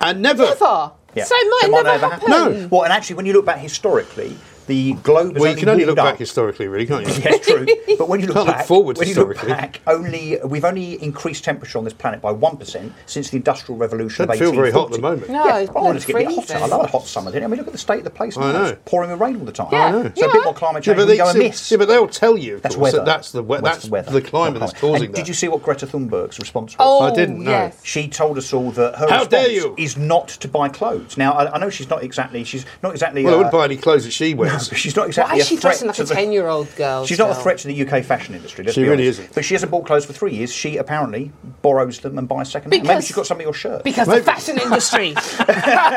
S1: and never.
S2: Never.
S3: Yeah.
S2: So it might
S3: So
S2: never
S3: never
S2: happen.
S1: happen. No.
S3: Well, and actually, when you look back historically, the globe has
S1: Well, you can only look
S3: warmed up.
S1: back historically, really, can't you?
S3: Yes, true. But when you look
S1: Can't look
S3: back,
S1: forward
S3: when you look
S1: historically.
S3: back, only we've only increased temperature on this planet by one percent since the Industrial Revolution.
S1: Doesn't
S3: of
S1: feel very hot at the moment.
S3: 1840.
S2: No,
S3: yeah, oh, I want
S2: it's
S3: it to get a bit hotter.
S2: freezing.
S3: I love a hot summer. Didn't I? I mean, look at the state of the place.
S1: I
S3: now.
S1: know.
S3: It's pouring with rain all the time.
S2: Yeah, I know.
S3: So a bit
S2: yeah.
S3: more climate change can
S1: they,
S3: go
S1: see-
S3: amiss.
S1: yeah, but they'll tell you. Of
S3: that's
S1: course,
S3: weather.
S1: that that's the we- that's the climate that's
S3: And
S1: causing that.
S3: Did you see what Greta Thunberg's response was?
S2: Oh,
S1: I didn't know.
S2: yes.
S3: She told us all that her
S1: How
S3: response
S1: dare you!
S3: is not to buy clothes. Now I, I know she's not exactly she's not exactly.
S1: Well, I
S3: uh,
S1: wouldn't buy any clothes that she wears.
S3: she's not
S2: Why
S3: exactly.
S2: is she
S3: a threat
S2: dressing like
S3: to
S2: a
S3: the-
S2: ten-year-old girl?
S3: She's not a
S2: still?
S3: threat to the UK fashion industry. Let's
S1: She
S3: be
S1: really
S3: honest.
S1: isn't.
S3: But she hasn't bought clothes for three years. She apparently borrows them and buys second hand. Maybe
S2: Because-
S3: she's got some of your shirt.
S2: Because
S1: Maybe.
S2: the fashion industry,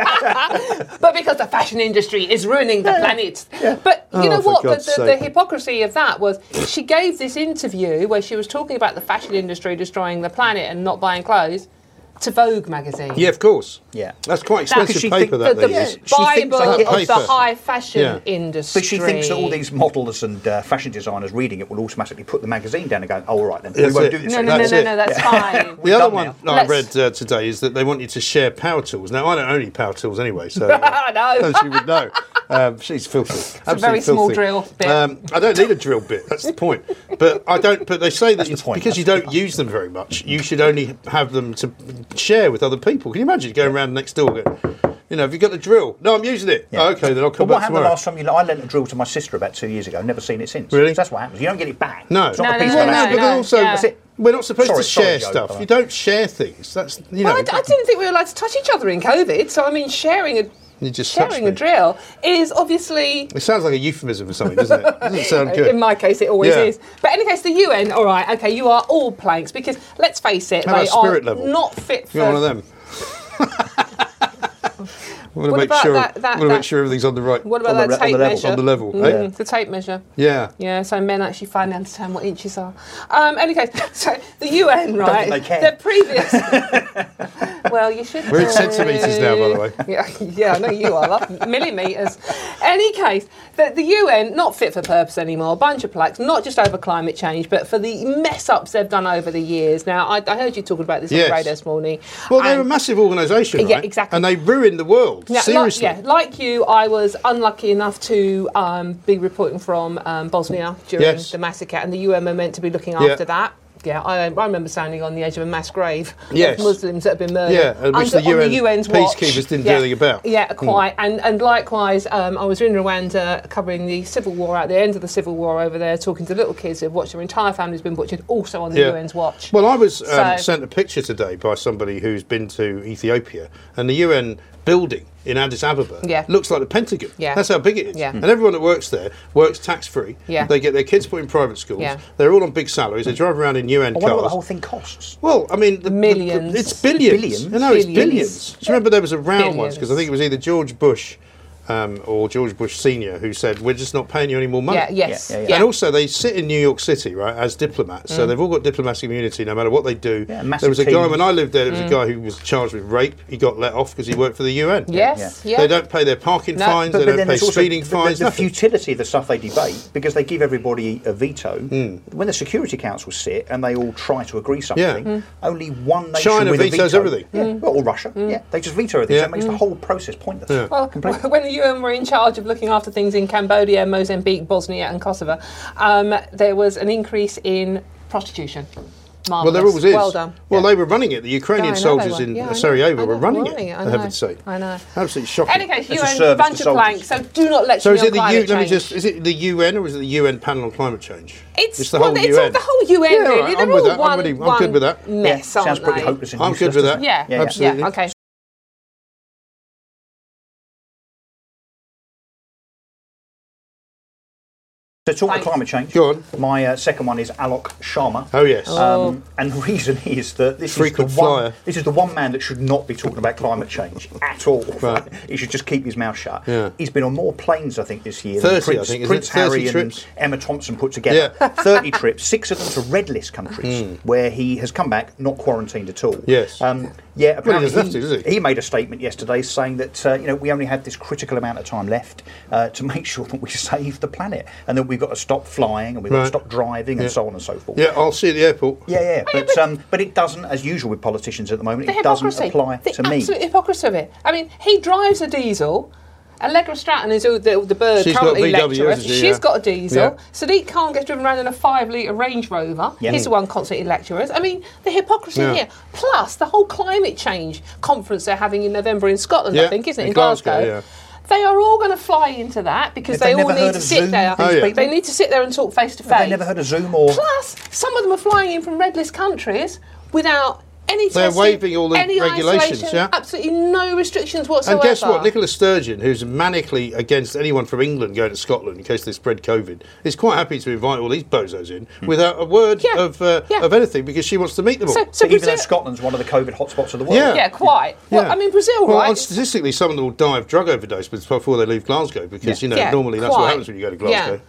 S2: but because the fashion industry is ruining the planet. But you
S1: Oh,
S2: know
S1: for
S2: what? The,
S1: God's
S2: the, the
S1: sake.
S2: hypocrisy of that was she gave this interview where she was talking about the fashion industry destroying the planet and not buying clothes, to Vogue magazine.
S1: Yeah, of course.
S3: Yeah.
S1: that's quite
S3: That-
S1: expensive
S3: 'cause she
S1: paper.
S3: think-
S2: The,
S1: that
S2: the
S1: they
S3: Yeah.
S1: use.
S3: She thinks
S2: Bible
S3: like
S2: of the
S1: paper.
S2: high fashion
S1: Yeah.
S2: industry.
S3: But she thinks that all these models and uh, fashion designers reading it will automatically put the magazine down and go, oh, all right, then we
S1: That's
S3: won't
S1: it.
S3: do this
S2: No, no, no,
S3: anymore."
S1: That's
S2: no,
S1: it.
S2: no, that's fine.
S1: The other
S3: done
S1: one
S3: now.
S1: that I
S2: Let's-
S1: read uh, today is that they want you to share power tools. Now, I don't own any power tools anyway, so
S2: I know.
S1: and she would know. Um, she's filthy. It's
S2: very small drill bit.
S1: I don't need a drill bit. That's the point. But I don't. But they say that it's
S3: point,
S1: because you don't use them very much, you should only have them to share with other people. Can you imagine going around next door? Going, you know, have you got the drill? No, I'm using it.
S3: Yeah.
S1: "Oh, okay, then I'll come
S3: but what
S1: back
S3: happened
S1: tomorrow.
S3: the last time you? I lent a drill to my sister about two years ago. Never seen it since.
S1: Really?
S3: So that's what happens. You don't get it back.
S1: No,
S3: It's not
S2: No,
S3: a
S2: no,
S3: piece
S2: no,
S3: of
S1: well,
S2: no,
S1: no,
S3: paper.
S1: but then
S2: no,
S1: also
S2: yeah.
S3: That's it.
S1: we're not supposed
S3: Sorry,
S1: to
S3: sorry,
S1: share
S3: Joe,
S1: stuff.
S3: but-
S1: You don't share things. That's you know.
S2: Well, I, d- I didn't think we were allowed to touch each other in COVID, so I mean, sharing a
S1: You just touched
S2: sharing
S1: me.
S2: a drill is obviously.
S1: It sounds like a euphemism for something, doesn't it? It doesn't sound good.
S2: In my case, it always
S1: Yeah.
S2: is. But in any case, the UN, all right, okay, you are all planks because let's face it,
S1: How about
S2: they are
S1: spirit level?
S2: not fit for.
S1: You're one of them. I want to
S2: What
S1: make
S2: about
S1: sure.
S2: that- that-
S1: I want to
S2: that-
S1: make sure everything's on the right.
S2: What about
S3: On the
S2: that
S3: re- on
S2: tape
S3: the level,
S2: measure? Mm,
S1: on the level, eh?
S2: The tape measure.
S1: Yeah.
S2: Yeah, so men actually finally understand what inches are. Um, any case, so the UN, right?
S3: think they care.
S2: Their previous. well, you should.
S1: We're in
S2: do.
S1: centimetres now, by the way.
S2: Yeah, yeah, I know you are. Love millimeters. Any case, the, the UN not fit for purpose anymore. Bunch of plaques, not just over climate change, but for the mess ups they've done over the years. Now, I, I heard you talking about this
S1: Yes.
S2: on the radio this morning.
S1: Well, they're
S2: and-
S1: a massive organisation,
S2: Yeah,
S1: right?
S2: exactly.
S1: And they ruined the world.
S2: yeah,
S1: Seriously.
S2: Like, yeah, like you, I was unlucky enough to um, be reporting from um, Bosnia during
S1: Yes.
S2: the massacre, and the UN were meant to be looking
S1: Yeah.
S2: after that. Yeah, I, I remember standing on the edge of a mass grave
S1: Yes.
S2: of Muslims that had been murdered.
S1: Yeah, and which
S2: under-
S1: the
S2: on
S1: UN
S2: UN's watch.
S1: peacekeepers didn't do
S2: yeah.
S1: anything about. Hmm.
S2: Yeah, quite. And and likewise, um, I was in Rwanda covering the civil war at the end of the civil war over there, talking to little kids who've watched their entire families been butchered, also on the
S1: Yeah.
S2: UN's watch.
S1: Well, I was um,
S2: So-
S1: sent a picture today by somebody who's been to Ethiopia, and the UN building in Addis Ababa
S2: Yeah.
S1: looks like the Pentagon.
S2: Yeah.
S1: That's how big it is.
S2: Yeah.
S1: And everyone that works there works tax free.
S2: Yeah.
S1: They get their kids put in private schools.
S2: Yeah.
S1: They're all on big salaries. They drive around in UN
S3: I
S1: cars.
S3: wonder what the whole thing costs.
S1: Well, I mean, the,
S2: Millions.
S1: The, it's billions.
S3: Billions?
S1: No, it's
S2: Billions.
S1: billions. Do you remember there was a round once
S2: Billions.
S1: because I think it was either George Bush um, or George Bush Senior who said, "We're just not paying you any more money."
S2: yeah, Mm. yes,
S3: Yeah, yeah, yeah.
S1: And also, they sit in New York City, right, as diplomats. So they've all got diplomatic immunity, no matter what they do.
S3: Yeah, massive
S1: there was a guy
S3: teams.
S1: when I lived there. There was
S2: Mm.
S1: a guy who was charged with rape. He got let off because he worked for the UN.
S2: Yes, yeah.
S1: They don't pay their parking
S2: No.
S1: fines.
S3: But,
S1: they
S3: but
S1: don't
S3: then
S1: pay
S3: there's also
S1: speeding
S3: the,
S1: fines.
S3: the, the
S1: nothing.
S3: futility of the stuff they debate because they give everybody a veto.
S1: Hmm.
S3: When the Security Council sit and they all try to agree something,
S1: Mm.
S3: only one nation
S1: China
S3: with a
S1: vetoes
S3: veto-
S1: everything.
S3: Yeah,
S2: Hmm.
S3: well, or Russia. Yeah, they just veto everything.
S1: Yeah.
S3: So it makes the whole process pointless.
S2: Well,
S3: Completely.
S2: when the UN were in charge of looking after things in Cambodia, Mozambique, Bosnia, and Kosovo, um, there was an increase in prostitution.
S1: Well,
S2: Marvellous.
S1: there always is.
S2: Well done.
S1: Well, they were running it. The Ukrainian
S2: Yeah, I know they
S1: soldiers
S2: were.
S1: in
S2: Yeah, I know.
S1: Sarajevo
S2: I
S1: were
S2: know,
S1: running
S2: right,
S1: it.
S2: I
S1: for
S2: know,
S1: heaven's sake.
S2: I know.
S1: Absolutely shocking.
S2: Any case,
S3: It's a
S2: UN
S3: service to
S2: bunch of
S3: soldiers.
S2: planks, so do not let
S1: So
S2: me
S1: is
S2: on
S1: it the U,
S2: climate
S1: let me
S2: change.
S1: just is it the UN or is it the UN panel on climate change?
S2: It's, well, it's all- the whole UN,
S1: Yeah, all
S2: really.
S1: right,
S2: They're
S1: I'm
S2: all
S1: with that. I'm
S2: one,
S1: really- I'm
S2: one
S1: good with that.
S3: Yeah,
S2: mess, aren't
S3: sounds pretty
S2: they?
S3: hopeless. And
S1: I'm
S3: useless,
S1: good with
S3: doesn't
S1: that.
S3: it?
S2: Yeah,
S1: Yeah,
S2: yeah,
S1: yeah. Absolutely.
S2: okay.
S3: So talk
S2: Thanks.
S3: of climate change.
S1: Go on.
S3: My uh, second one is Alok Sharma.
S1: Oh yes.
S3: Um, and the reason is that this
S1: Frequent
S3: is the one,
S1: flyer.
S3: this is the one man that should not be talking about climate change at all.
S1: Right.
S3: he should just keep his mouth shut.
S1: Yeah.
S3: He's been on more planes, I think, this year
S1: 30, I
S3: than Prince,
S1: think, isn't
S3: Prince
S1: it? 30
S3: Harry
S1: trips.
S3: and Emma Thompson put together.
S1: Yeah. Hmm.
S3: Thirty trips, six of them to red list countries, where he has come back not quarantined at all.
S1: Yes.
S3: Um, yeah.
S1: Well, he
S3: Apparently,
S1: doesn't have to, does he?
S3: he made a statement yesterday saying that uh, you know we only have this critical amount of time left uh, to make sure that we save the planet and that we've got to stop flying and we've got
S1: Right.
S3: to stop driving and so on and so forth.
S1: yeah, I'll see you at the airport.
S3: Yeah, yeah, but um, but it doesn't, as usual with politicians at the moment,
S2: The
S3: it doesn't
S2: hypocrisy.
S3: apply
S2: the
S3: to me.
S2: absolute hypocrisy of it. I mean, he drives a diesel. Allegra Stratton is all the, the bird
S1: She's got
S2: currently
S1: a VW,
S2: lecturer.
S1: hasn't she?
S2: She's
S1: Yeah.
S2: got a diesel.
S1: Yeah.
S2: Sadiq Khan gets driven around in a five litre Range Rover.
S3: Yeah.
S2: He's the one constantly lecturers. I mean, the hypocrisy
S1: Yeah.
S2: here. Plus, the whole climate change conference they're having in November in Scotland, I
S1: Yeah,
S2: think, isn't it?
S1: in
S2: In
S1: Glasgow,
S2: Glasgow.
S1: yeah.
S2: They are all going to fly into that because
S3: Have
S2: they,
S3: they
S2: all
S3: never
S2: need
S3: heard
S2: to
S3: of
S2: sit
S3: Zoom,
S2: there.
S3: these
S1: Oh, yeah.
S2: They need to sit there and talk face to face.
S3: Have they never heard of Zoom or
S2: Plus, some of them are flying in from red list countries without any
S1: They're
S2: testing,
S1: waiving all the
S2: any
S1: regulations,
S2: isolation,
S1: yeah.
S2: absolutely no restrictions whatsoever.
S1: And guess what? Nicola Sturgeon, who's manically against anyone from England going to Scotland in case they spread COVID, is quite happy to invite all these bozos in without a word
S2: Yeah,
S1: of uh,
S2: yeah.
S1: of anything because she wants to meet them all.
S2: So, so
S3: even though
S2: Brazil,
S3: Scotland's one of the COVID hotspots of the world?
S1: Yeah.
S2: yeah, quite. Well, I mean, Brazil,
S1: Well,
S2: right?
S1: and statistically, some of them will die of drug overdose before they leave Glasgow because
S3: Yeah.
S1: you know
S2: Yeah,
S1: normally that's
S2: quite.
S1: what happens when you go to Glasgow.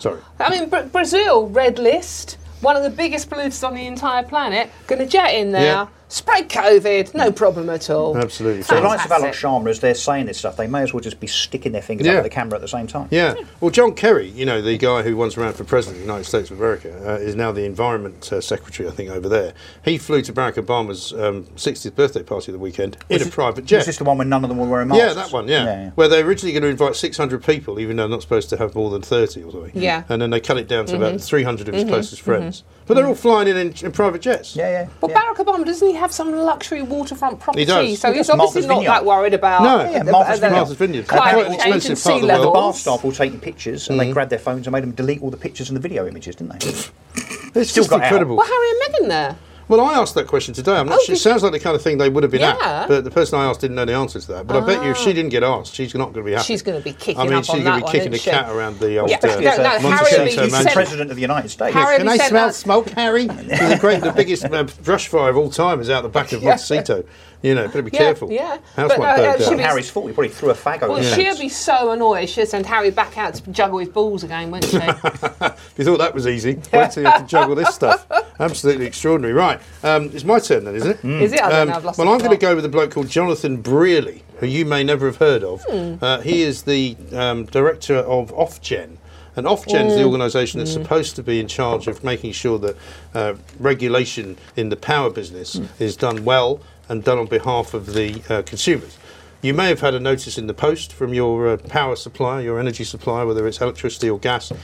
S1: Sorry.
S2: I mean, Br- Brazil, red list, one of the biggest polluters on the entire planet, going to jet in there,
S1: Yeah.
S2: Spread COVID, no problem at all.
S1: Absolutely.
S3: So the
S1: fine.
S3: likes of Alex
S2: Fantastic.
S3: Sharma, as they're saying this stuff, they may as well just be sticking their fingers
S1: Yeah.
S3: up at the camera at the same time.
S1: Yeah. Well, John Kerry, you know, the guy who once ran for president of the United States of America, uh, is now the environment uh, secretary, I think, over there. He flew to Barack Obama's um, 60th birthday party the weekend in a private jet.
S3: Is this the one where none of them were wearing masks?
S1: yeah, that one, yeah. Where they're originally going to invite 600 people, even though they're not supposed to have more than 30 or something.
S2: Yeah. Mm-hmm.
S1: And then they cut it down to about 300 of his closest friends. But they're all flying in, in in private jets.
S3: Yeah, yeah.
S2: But
S3: yeah.
S2: Barack Obama doesn't he have some luxury waterfront property?
S1: does.
S2: So
S1: He
S2: he's
S3: does.
S2: obviously
S3: Martha's
S2: not
S3: Vineyard.
S2: that worried about
S1: No.
S2: uh,
S1: Yeah,
S2: the-
S3: Martha's
S2: uh, the
S3: Martha's
S1: Vineyard.
S2: Climate
S1: Quite an
S2: change
S1: expensive
S2: and
S1: part
S2: sea
S1: of the world.
S3: the
S2: levels.
S3: bar staff will taking pictures
S1: Mm-hmm.
S3: and they grabbed their phones and made them delete all the pictures and the video images, didn't they?
S1: It's
S3: Still
S1: just
S3: got out.
S1: incredible.
S2: Well, Harry and Meghan there.
S1: Well, I asked that question today. I'm not
S2: Oh,
S1: sure. It
S2: did-
S1: sounds like the kind of thing they would have been
S2: Yeah. Ah.
S1: at, but the person I asked didn't know the answer to that. But I bet you, if she didn't get asked, she's not going to be happy.
S2: She's gonna be kicking
S1: I mean,
S2: up
S1: she's
S2: on
S1: gonna
S2: that
S1: be
S2: one,
S1: kicking the
S2: isn't she?
S1: cat around the old.
S2: Yeah,
S1: uh,
S2: no, no,
S1: Montecito
S2: Harry will be
S1: mansion.
S2: sent-
S3: President of the United States.
S2: Harry-
S1: Can I
S2: said
S1: smell
S2: that-
S1: smoke, Harry? the great, the biggest uh, brush fire of all time is out the back of Montecito. You know, better be
S2: Yeah,
S1: careful.
S2: yeah.
S1: House might
S2: But, no,
S1: burn
S2: uh,
S3: Not
S1: down.
S2: be-
S3: Harry's fault. He probably threw a fag over
S2: Well,
S3: the
S2: she'll
S3: fence.
S2: be so annoyed. She'll send Harry back out to juggle his balls again, won't she?
S1: If you thought that was easy, wait till you have to juggle this stuff. Absolutely extraordinary. Right, um, it's my turn then, isn't it? Um,
S2: Is it? I don't know, I've lost
S1: well,
S2: the
S1: I'm going to
S2: plot.
S1: go with a bloke called Jonathan Brearley, who you may never have heard of.
S2: Hmm.
S1: Uh, he is the um, director of Ofgen. And Ofgen
S2: Oh.
S1: is the organisation
S2: Hmm.
S1: that's supposed to be in charge of making sure that uh, regulation in the power business
S2: Hmm.
S1: is done well and done on behalf of the uh, consumers. You may have had a notice in the post from your uh, power supplier, your energy supplier, whether it's electricity or gas, uh,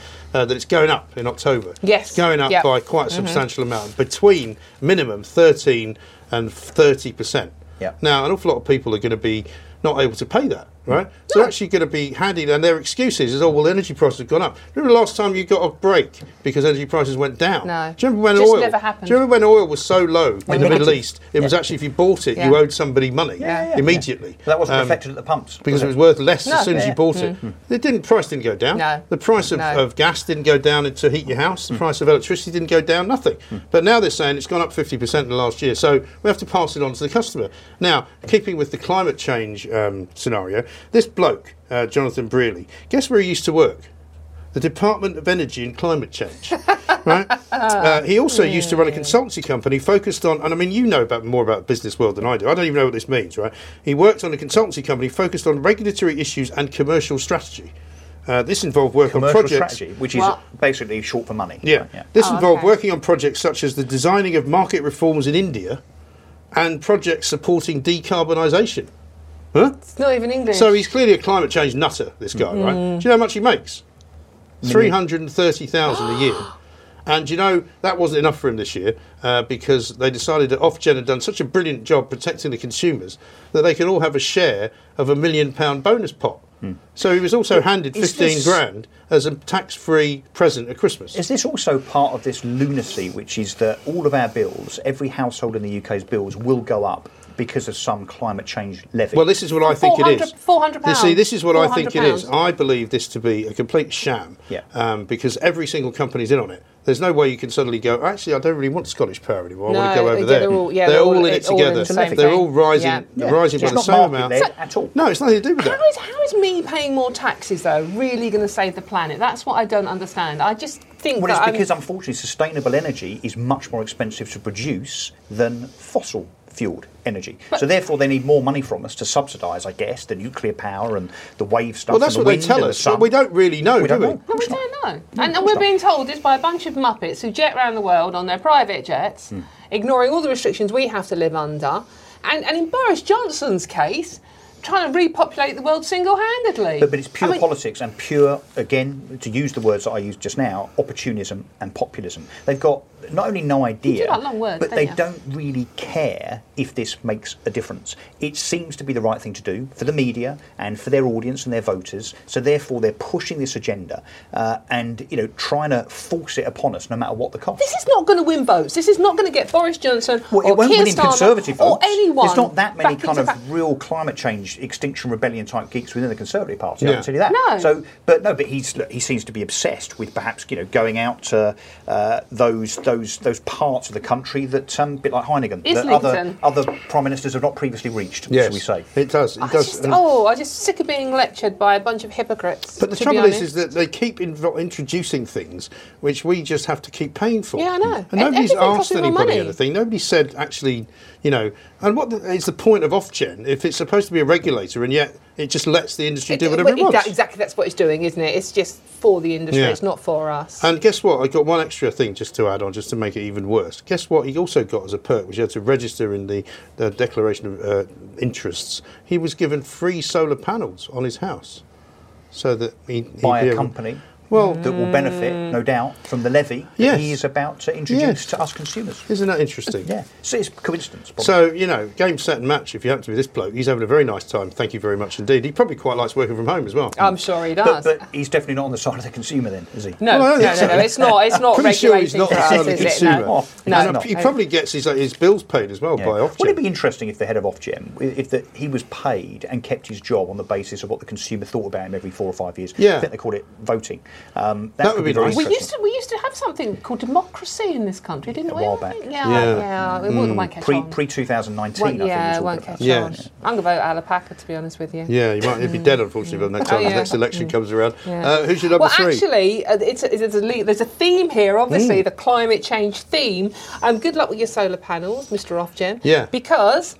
S1: that it's going up in October.
S2: Yes.
S1: It's going up
S2: Yep.
S1: by quite a
S2: Mm-hmm.
S1: substantial amount, between minimum 13 and 30%.
S3: Yep.
S1: Now, an awful lot of people are going to be not able to pay that,
S2: Mm.
S1: right? So they're actually going to be handed, and their excuses is, oh, well, energy prices have gone up. Remember the last time you got a break because energy prices went down?
S2: No.
S1: Do you remember when
S2: Just
S1: oil?
S2: never happened.
S1: Do you remember when oil was so low in the
S3: negative.
S1: Middle East? It was actually, if you bought it, you
S2: Yeah.
S1: owed somebody money
S3: Yeah, yeah, yeah.
S1: immediately.
S3: That wasn't
S1: Um,
S3: affected at the pumps.
S1: because it was worth less
S2: No.
S1: as soon as you
S2: Yeah.
S1: bought it. The didn't price didn't go down.
S2: No.
S1: The price of,
S2: No.
S1: of gas didn't go down to heat your house. The price of electricity didn't go down. Nothing. But now they're saying it's gone up fifty percent in the last year. So we have to pass it on to the customer. Now, keeping with the climate change um, scenario, this bloke, uh, Jonathan Brearley, guess where he used to work? The Department of Energy and Climate Change. right? Uh, he
S2: Hmm.
S1: also used to run a consultancy company focused on, and I mean, you know about more about the business world than I do. I don't even know what this means, right? He worked on a consultancy company focused on regulatory issues and commercial strategy. Uh, this involved work on
S3: commercial
S1: projects.
S3: strategy, which is
S2: Well-
S3: basically short for money.
S1: Yeah.
S3: Right,
S1: This
S2: Oh,
S1: involved
S2: okay.
S1: working on projects such as the designing of market reforms in India and projects supporting decarbonisation. Huh?
S2: it's not even English.
S1: So he's clearly a climate change nutter, this guy, right?
S3: Mm.
S1: Do you know how much he makes? 330,000 a year. And you know, that wasn't enough for him this year uh, because they decided that Ofgem had done such a brilliant job protecting the consumers that they could all have a share of a million pound bonus pot. So he was also handed
S3: Hmm. Is
S1: 15
S3: this-
S1: grand as a tax free present at Christmas.
S3: Is this also part of this lunacy, which is that all of our bills, every household in the UK's bills, will go up because of some climate change levy?
S1: Well, this is what I think it is.
S2: 400 400
S1: You See, this is what I
S2: pounds.
S1: think it is.
S2: 400
S1: I believe this to be a complete sham.
S3: Yeah.
S1: Um, because every single company's in on it. There's no way you can suddenly go. Actually, I don't really want Scottish power anymore. I want to
S2: No,
S1: go over
S2: they're
S1: there.
S2: all- yeah,
S1: they're,
S2: they're
S1: all,
S2: all
S1: in it
S2: in- all in
S1: together.
S2: the same
S1: they're
S2: thing.
S1: all rising,
S2: Yeah.
S3: Yeah.
S1: rising by
S3: It's
S1: the
S3: not
S1: same amount.
S3: market-led at all.
S1: No, it's nothing to do with that.
S2: How is, how is me paying more taxes though really going to save the planet? That's what I don't understand. I just think
S3: Well,
S2: that
S3: it's because
S2: I'm,
S3: unfortunately, sustainable energy is much more expensive to produce than fossil fueled energy. so therefore, they need more money from us to subsidise, I guess, the nuclear power and the wave stuff.
S1: Well, that's
S3: and
S1: what
S3: the
S1: they
S3: wind and
S1: tell
S3: the
S1: us,
S3: sun.
S1: but we don't really know,
S3: We
S1: do
S3: don't
S1: we?
S3: know.
S2: no, we
S3: It's not-
S2: don't know.
S3: No,
S2: and
S3: it's
S2: we're
S3: not.
S2: being told this by a bunch of muppets who jet around the world on their private jets,
S3: Hmm.
S2: ignoring all the restrictions we have to live under, and, and in Boris Johnson's case, trying to repopulate the world single-handedly.
S3: But, but it's pure
S2: I mean,
S3: politics and pure, again, to use the words that I used just now, opportunism and populism. They've got not only no idea,
S2: like long words,
S3: but
S2: don't
S3: they
S2: you?
S3: don't really care if this makes a difference. It seems to be the right thing to do for the media and for their audience and their voters. So therefore, they're pushing this agenda uh, and you know trying to force it upon us, no matter what the cost.
S2: This is not going to win votes. This is not going to get Boris Johnson
S3: Well,
S2: or
S3: it won't
S2: Keir
S3: win in
S2: Starmer
S3: Conservative
S2: or
S3: votes.
S2: anyone.
S3: There's not that many
S2: back
S3: kind
S2: into
S3: of
S2: back.
S3: real climate change huge extinction rebellion type geeks within the Conservative Party. I
S1: Yeah.
S3: can tell you that.
S2: No.
S3: So, but no, but he's look, he seems to be obsessed with perhaps you know going out to uh, those those those parts of the country that um, bit like Heineken that other
S2: Islington.
S3: other prime ministers have not previously reached.
S1: Yes,
S3: Shall we say?
S1: it does. It
S2: I
S1: does.
S3: uh,
S2: just,
S1: and-
S2: oh, I'm just sick of being lectured by a bunch of hypocrites.
S1: But the
S2: to be
S1: trouble is,
S2: honest.
S1: is that they keep invo- introducing things which we just have to keep paying for.
S2: Yeah, I know.
S1: And
S2: E-
S1: nobody's
S2: everything
S1: asked
S2: costs more
S1: anybody
S2: money.
S1: anything. Nobody said actually, you know. And what the, is the point of Ofgen if it's supposed to be a regulator and yet it just lets the industry do whatever it,
S2: well,
S1: wants?
S2: that- Exactly, that's what it's doing, isn't it? It's just for the industry,
S1: Yeah.
S2: it's not for us.
S3: Um,
S1: And guess what? I got one extra thing just to add on, just to make it even worse. Guess what? He also got as a perk, which you had to register in the, the declaration of uh, interests. He was given free solar panels on his house, so that he he'd
S3: By
S1: be
S3: a
S1: able-
S3: company.
S1: Well,
S3: that will benefit,
S2: Mm.
S3: no doubt, from the levy that
S1: Yes.
S3: he is about to introduce
S1: Yes.
S3: to us consumers.
S1: isn't that interesting?
S3: Yeah, so it's coincidence. Probably.
S1: So, you know, game, set, and match. If you happen to be this bloke, he's having a very nice time. Thank you very much indeed. He probably quite likes working from home as well.
S2: I'm sure he
S3: but,
S2: does.
S3: but he's definitely not on the side of the consumer, then, is he?
S2: no,
S1: Well, I
S2: no,
S1: don't
S2: no,
S1: think
S2: no,
S1: so.
S2: it's not. It's not
S1: Pretty sure
S2: regulating
S1: he's not
S2: for
S1: the
S2: us,
S1: son of the
S2: is it?
S1: consumer.
S2: No,
S3: No,
S1: And
S3: no.
S1: he probably gets his, uh, his bills paid as well
S3: Yeah.
S1: by Ofgem.
S3: Would it be interesting if the head of Ofgem, i- if the, he was paid and kept his job on the basis of what the consumer thought about him every four or five years?
S1: Yeah.
S3: I think they called it voting. Um,
S1: That
S3: could
S1: would be
S3: very
S1: nice.
S2: We
S3: interesting.
S2: used to we used to have something called democracy in this country, didn't
S3: A
S2: we?
S3: while back. Mm.
S2: Yeah,
S1: Yeah.
S2: yeah. It wouldn't won't catch
S3: pre
S2: on.
S3: pre 2019.
S2: Won't-
S3: I think
S2: yeah,
S3: we're talking
S2: won't
S3: about.
S2: catch
S1: Yeah.
S2: on. I'm gonna vote alpaca, to be honest with you.
S1: Yeah, you might he'd be dead, unfortunately, by the next
S2: Oh,
S1: time the
S2: yeah.
S1: next election comes around.
S2: Yeah.
S1: Uh, who's your number
S2: well,
S1: three? Mm.
S2: actually, uh, it's, it's, it's a, le- there's a theme here, obviously, the climate change theme. Um, good luck with your solar panels, Mr. Ofgem.
S1: Yeah.
S2: Because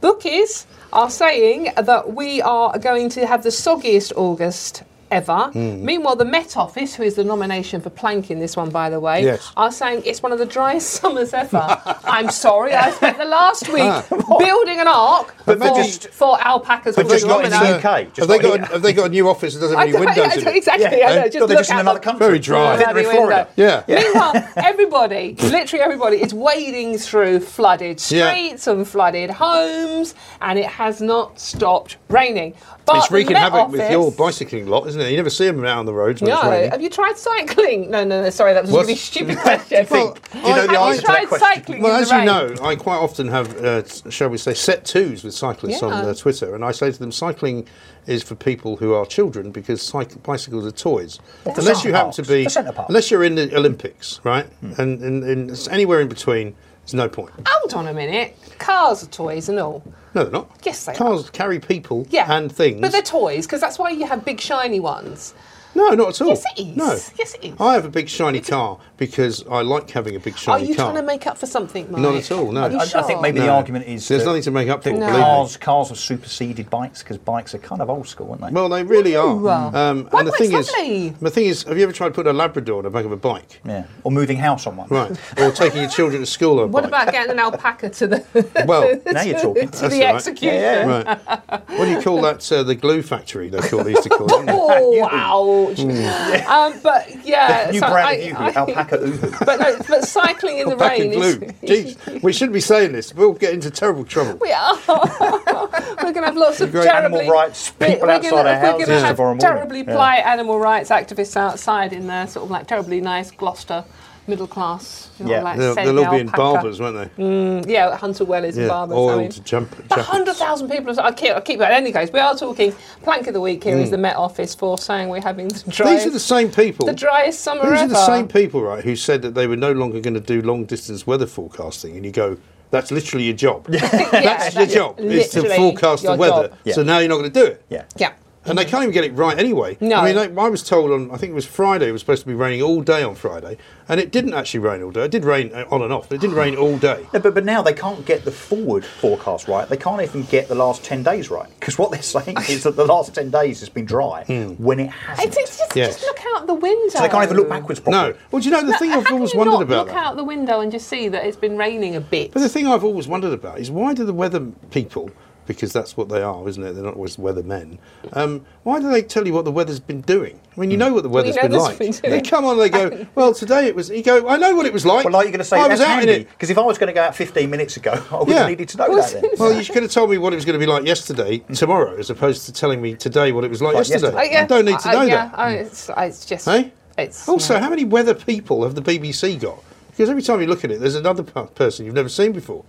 S2: bookies are saying that we are going to have the soggiest August ever.
S1: Hmm.
S2: Meanwhile, the Met Office, who is the nomination for Planck in this one, by the way,
S1: Yes.
S2: are saying it's one of the driest summers ever. I'm sorry, I spent the last week building an ark
S1: Ah. But
S2: for,
S1: they're just-
S2: for alpacas.
S3: But
S2: with
S3: just not in the
S2: dominoes.
S3: UK, just
S1: have, they
S3: not
S1: got a,
S3: here.
S1: have they got a new office that doesn't have
S2: I
S1: any
S2: don't- I
S1: windows
S2: don't-
S1: in it?
S2: Exactly, I know. Just
S3: no, they're
S2: look
S3: just in
S2: out
S3: another
S2: the-
S3: country.
S1: Very dry.
S3: I think they're in
S2: Bloody
S3: Florida.
S2: window.
S1: Yeah. Yeah.
S2: Meanwhile, everybody, literally everybody, is wading through flooded
S1: Yeah.
S2: streets and flooded homes, and it has not stopped raining. But
S1: It's
S2: the
S1: wreaking
S2: Met
S1: havoc with your
S2: Office-
S1: bicycling lot, isn't it? You never see them out on the roads when
S2: No,
S1: it's raining.
S2: have you tried cycling? No, no, no. Sorry, that was
S1: What?
S2: a really stupid question.
S1: think? Do you know
S2: have
S1: the answer to
S2: you
S1: that
S2: tried
S3: question?
S2: cycling
S1: Well,
S2: in
S1: as
S2: the
S1: you
S2: rain?
S1: know, I quite often have, uh, s- shall we say, set twos with cyclists on
S2: Yeah.
S1: uh, Twitter, and I say to them, cycling is for people who are children because cyc- bicycles are toys.
S3: But for
S1: unless
S3: centre
S1: you happen to
S3: parks,
S1: be,
S3: for centre parks.
S1: unless you're in the Olympics, right?
S2: Hmm.
S1: And, and, and it's anywhere in between, there's no point.
S2: Hold on a minute. Cars are toys and all.
S1: No, they're not.
S2: Yes, they are.
S1: Cars carry people
S2: Yeah.
S1: and things.
S2: But they're toys, because that's why you have big, shiny ones.
S1: no, not at all.
S2: Yes, it is.
S1: No.
S2: Yes, it is.
S1: I have a big shiny car because I like having a big
S2: Are
S1: shiny
S2: you
S1: car.
S2: trying to make up for something, Mike?
S1: Not at all, no.
S2: Are you
S3: I, I
S2: sure?
S3: think maybe the
S1: No.
S3: argument is
S1: There's
S3: that-
S1: nothing to make up for,
S3: that
S1: believe me.
S3: Cars, cars have superseded bikes because bikes are kind of old school, aren't they?
S1: Well, they really
S2: No.
S1: are. Um,
S2: Why
S1: and the
S2: not?
S1: thing
S2: It's
S1: is,
S2: lovely.
S1: the thing is, have you ever tried putting a Labrador on the back of a bike?
S3: yeah. Or moving house on one.
S1: Right. or taking your children to school on a
S2: What
S1: bike?
S2: about getting an alpaca to the
S1: Well,
S3: Now you're talking.
S2: to
S1: That's
S2: the
S1: all right.
S2: execution?
S3: Yeah,
S1: right. What do you call that? Uh, the glue factory. They call these to call it.
S2: Oh, ouch. Um, but yeah,
S3: New
S2: so
S3: brand
S2: I-
S3: of
S2: I-
S3: Uhu, alpaca Uhu.
S2: But, no, but cycling in the
S1: Back in
S2: rain
S1: glue.
S2: is.
S1: Jeez, we shouldn't be saying this. We'll get into terrible trouble.
S2: We are. we're going to have lots of
S3: Great
S2: terribly,
S3: animal rights people
S2: we're
S3: outside
S2: gonna,
S3: our
S2: we're
S3: houses
S2: gonna have
S3: tomorrow morning.
S2: terribly
S3: Yeah.
S2: polite animal rights activists outside in their sort of like terribly nice Gloucester middle class. You know,
S3: Yeah.
S2: like
S1: They'll,
S2: send
S1: they'll all be in
S2: alpaca.
S1: barbers, won't they?
S2: Yeah, Hunter Wellers
S1: Yeah,
S2: and Mm, barbers.
S1: oiled
S2: I mean,
S1: jump-
S2: but
S1: jackets.
S2: 100,000 people. I keep, I keep that. In any case, we are talking Plank of the Week here is the Met Office for saying we're having the driest,
S1: Hmm. These are the same people.
S2: the driest summer
S1: These
S2: ever.
S1: are the same people, right, who said that they were no longer going to do long distance weather forecasting. And you go, that's literally your job. that's your job, is to
S2: literally
S1: forecast the
S2: your
S1: weather.
S2: job.
S3: Yeah.
S1: So now you're not going to do it.
S3: Yeah.
S2: Yeah.
S1: And they can't even get it right anyway.
S2: No.
S1: I mean, like, I was told on, I think it was Friday, it was supposed to be raining all day on Friday, and it didn't actually rain all day. It did rain uh, on and off, but it didn't rain all day.
S3: No, but, but now they can't get the forward forecast right. They can't even get the last 10 days right. Because what they're saying is that the last 10 days has been dry
S1: Hmm.
S3: when it hasn't.
S2: It's, it's just,
S1: Yes.
S2: just look out the window.
S3: so they can't even look backwards properly.
S1: No. Well, do you know, the thing I've
S2: How
S1: always
S2: can you
S1: wondered
S2: not
S1: about
S2: look
S1: that.
S2: out the window and just see that it's been raining a bit?
S1: But the thing I've always wondered about is why do the weather people, because that's what they are, isn't it? They're not always weathermen. Um, why do they tell you what the weather's been doing? I
S3: Hmm.
S1: mean, you know what the weather's
S2: know
S1: been
S2: this
S1: like.
S2: been
S1: they
S2: doing.
S1: come on, they go, well, today it was. You go, I know what it was like.
S3: Well, like you're going to say,
S1: I
S3: that's
S1: was out in
S3: handy.
S1: it.
S3: Because if I was going to go out 15 minutes ago, I would have
S1: Yeah.
S3: needed to know that then.
S1: Well, you could have told me what it was going to be like yesterday, tomorrow, as opposed to telling me today what it was like,
S3: Like
S1: yesterday.
S3: yesterday.
S2: Uh, yeah.
S1: I don't need to
S2: Uh,
S1: know
S2: yeah.
S1: that.
S2: Oh, it's, it's just.
S1: Hey?
S2: It's,
S1: Also, how many
S2: Hmm.
S1: weather people have the BBC got? Because every time you look at it, there's another p- person you've never seen before.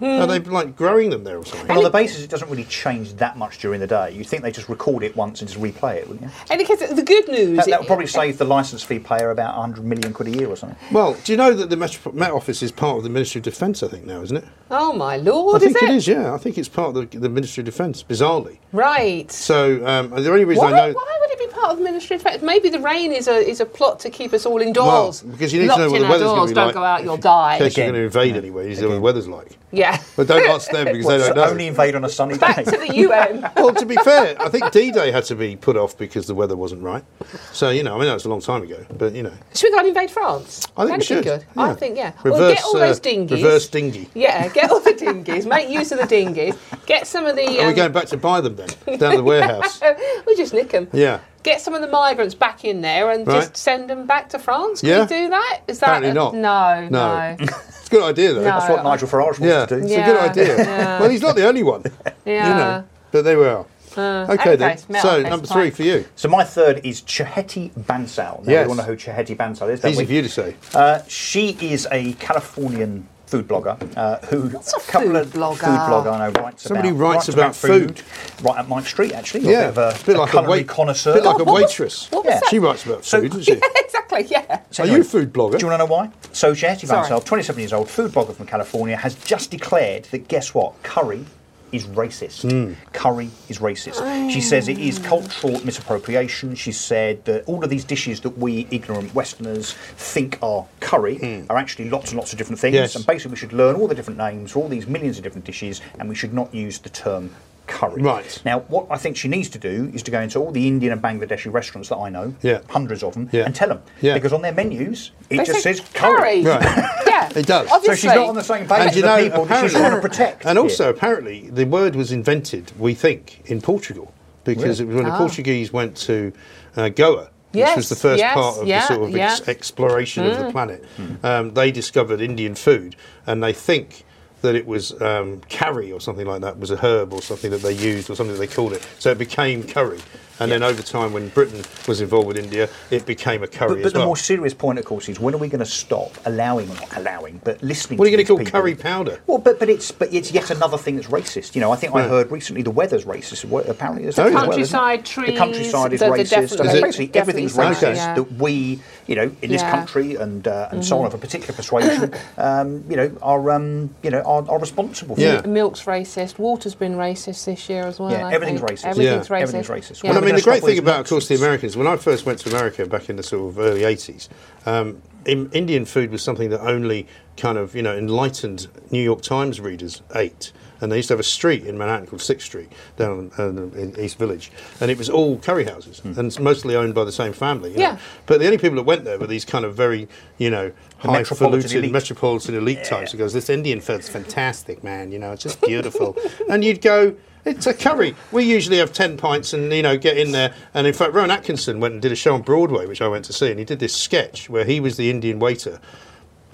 S1: Are they like growing them there or something?
S3: And on the basis it doesn't really change that much during the day, you'd think they just record it once and just replay it, wouldn't you?
S2: And because the good news,
S3: That, that would probably save the license fee payer about 100 million quid a year or something.
S1: Well, do you know that the Metro- Met Office is part of the Ministry of Defence? I think now, isn't it?
S2: oh my lord,
S1: I think
S2: is it?
S1: it is. Yeah, I think it's part of the, the Ministry of Defence. Bizarrely,
S2: Right.
S1: so um, the only reason
S2: why,
S1: I know
S2: why would it be part of the Ministry of Defence? Maybe the rain is a is a plot to keep us all
S1: well,
S2: indoors.
S1: because you need
S2: Locked
S1: to know what
S2: in
S1: the weather's going
S2: outdoors,
S1: to be
S2: Don't
S1: like.
S2: go out, you'll
S1: In case
S2: die.
S1: you're going to invade anyway, you know what the weather's like.
S2: Yeah.
S1: But don't ask them because they
S3: Well,
S1: don't
S3: so
S1: know.
S3: only invade on a sunny day.
S2: Back to the UN.
S1: well, to be fair, I think D-Day had to be put off because the weather wasn't right. So you know, I mean, that was a long time ago, but you know,
S2: Should we go and invade France?
S1: I think
S2: That'd
S1: we should.
S2: Be good. I think yeah.
S1: Reverse,
S2: well, get all
S1: uh,
S2: those dinghies.
S1: Reverse dinghy.
S2: Yeah, get all the dinghies. Make use of the dinghies. Get some of the. Um,
S1: Are we going back to buy them then down the warehouse?
S2: we just nick them.
S1: Yeah.
S2: Get some of the migrants back in there and
S1: Right.
S2: just send them back to France. Can
S1: Yeah.
S2: we do that? Is that
S1: Apparently not.
S2: No,
S1: No.
S2: no.
S1: It's a good idea though.
S2: No.
S3: That's what Nigel Farage wants
S1: Yeah,
S3: to do.
S1: it's
S2: Yeah.
S1: a good idea.
S2: Yeah.
S1: Well, he's not the only one.
S2: Yeah. Uh,
S1: You know, but they were. okay
S2: okay,
S1: then.
S2: smell
S1: So
S2: this
S1: number three
S2: pipe.
S1: for you.
S3: So my third is Cheheti Bansal. Now,
S1: Yes.
S3: we all know who Cheheti Bansal is. don't
S1: Easy
S3: we?
S1: for you to say.
S3: Uh, she is a Californian food blogger uh, who What's
S2: a food blogger?
S3: food blogger I know writes
S1: Somebody
S3: about
S1: writes about food.
S3: right up my street actually
S1: yeah,
S3: a bit of a, a
S1: like
S3: culinary
S1: wait-
S3: connoisseur Oh,
S1: bit like a waitress.
S2: what was
S3: Yeah. that?
S1: She writes about
S3: So-
S1: food, doesn't she?
S2: exactly. Yeah.
S3: So
S1: Are you a food blogger?
S3: Do you want to know why? So Jeheti
S2: Sorry.
S3: Bansal, 27 years old, food blogger from California, has just declared that guess what? Curry is racist.
S1: Hmm.
S3: Curry is racist. She says it is cultural misappropriation. She said that all of these dishes that we ignorant Westerners think are curry are actually lots and lots of different things.
S1: Hmm. Yes.
S3: And basically, we should learn all the different names for all these millions of different dishes, and we should not use the term curry.
S1: Right.
S3: Now, what I think she needs to do is to go into all the Indian and Bangladeshi restaurants that I know,
S1: Yeah.
S3: hundreds of them,
S1: Yeah.
S3: and tell them.
S1: Yeah.
S3: Because on their menus, it
S2: They
S3: just
S2: say
S3: says curry.
S1: Right.
S2: yeah.
S1: It does. So
S3: So
S2: Obviously.
S3: she's not on the same page as the people that she's trying to protect.
S1: And
S3: here.
S1: also, apparently, the word was invented, we think, in Portugal because
S3: Really?
S1: it was when the
S2: Ah.
S1: Portuguese went to uh, Goa. Which was
S2: Yes,
S1: the first
S2: yes,
S1: part of
S2: yeah,
S1: the sort of ex-
S2: yeah. Mm.
S1: exploration of the planet. Um, they discovered Indian food, and they think that it was um, curry or something like that was a herb or something that they used or something that they called it. So it became curry. And then over time, when Britain was involved with India, it became a curry
S3: But, but
S1: as
S3: the
S1: well.
S3: more serious point, of course, is when are we going to stop allowing, not allowing, but listening?
S1: What are you
S3: to
S1: gonna
S3: these
S1: call
S3: people?
S1: curry powder?
S3: Well, but but it's but it's yet another thing that's racist. You know, I think
S1: Right.
S3: I heard recently the weather's racist. Well, apparently, there's
S1: Oh,
S3: that as
S1: yeah.
S3: well, isn't
S2: Countryside,
S3: it?
S2: trees,
S3: The countryside is
S2: they're- they're
S3: racist.
S2: definitely-
S3: There's
S1: Is it?
S3: basically everything's
S2: definitely
S1: something,
S3: racist
S1: yeah.
S3: that we, you know, in this
S2: Yeah. Mm-hmm.
S3: country and uh, and so on of a particular persuasion, um, you know, are um, you know are, are responsible for.
S1: Yeah.
S2: Milk's racist. Water's been racist this year as well.
S3: Yeah,
S2: I
S3: everything's
S2: think.
S3: racist.
S2: Everything's
S1: Yeah.
S2: racist.
S3: Everything's racist.
S2: Yeah.
S1: Well,
S3: Well,
S1: I mean, the
S3: stop
S1: great
S3: all
S1: thing
S3: this
S1: about, of course, the
S3: nonsense.
S1: Americans, when I first went to America back in the sort of early 80s, um, in, Indian food was something that only kind of, you know, enlightened New York Times readers ate. And they used to have a street in Manhattan called Sixth Street down uh, in East Village. And it was all curry houses and it's mostly owned by the same family. you know.
S2: Yeah.
S1: But the only people that went there were these kind of very, you know,
S3: metropolitan
S1: highfalutin
S3: elite.
S1: metropolitan elite types who goes, This Indian food's fantastic, man. You know, it's just beautiful. and you'd go, It's a curry. We usually have 10 pints and, you know, get in there. And in fact, Rowan Atkinson went and did a show on Broadway, which I went to see, and he did this sketch where he was the Indian waiter.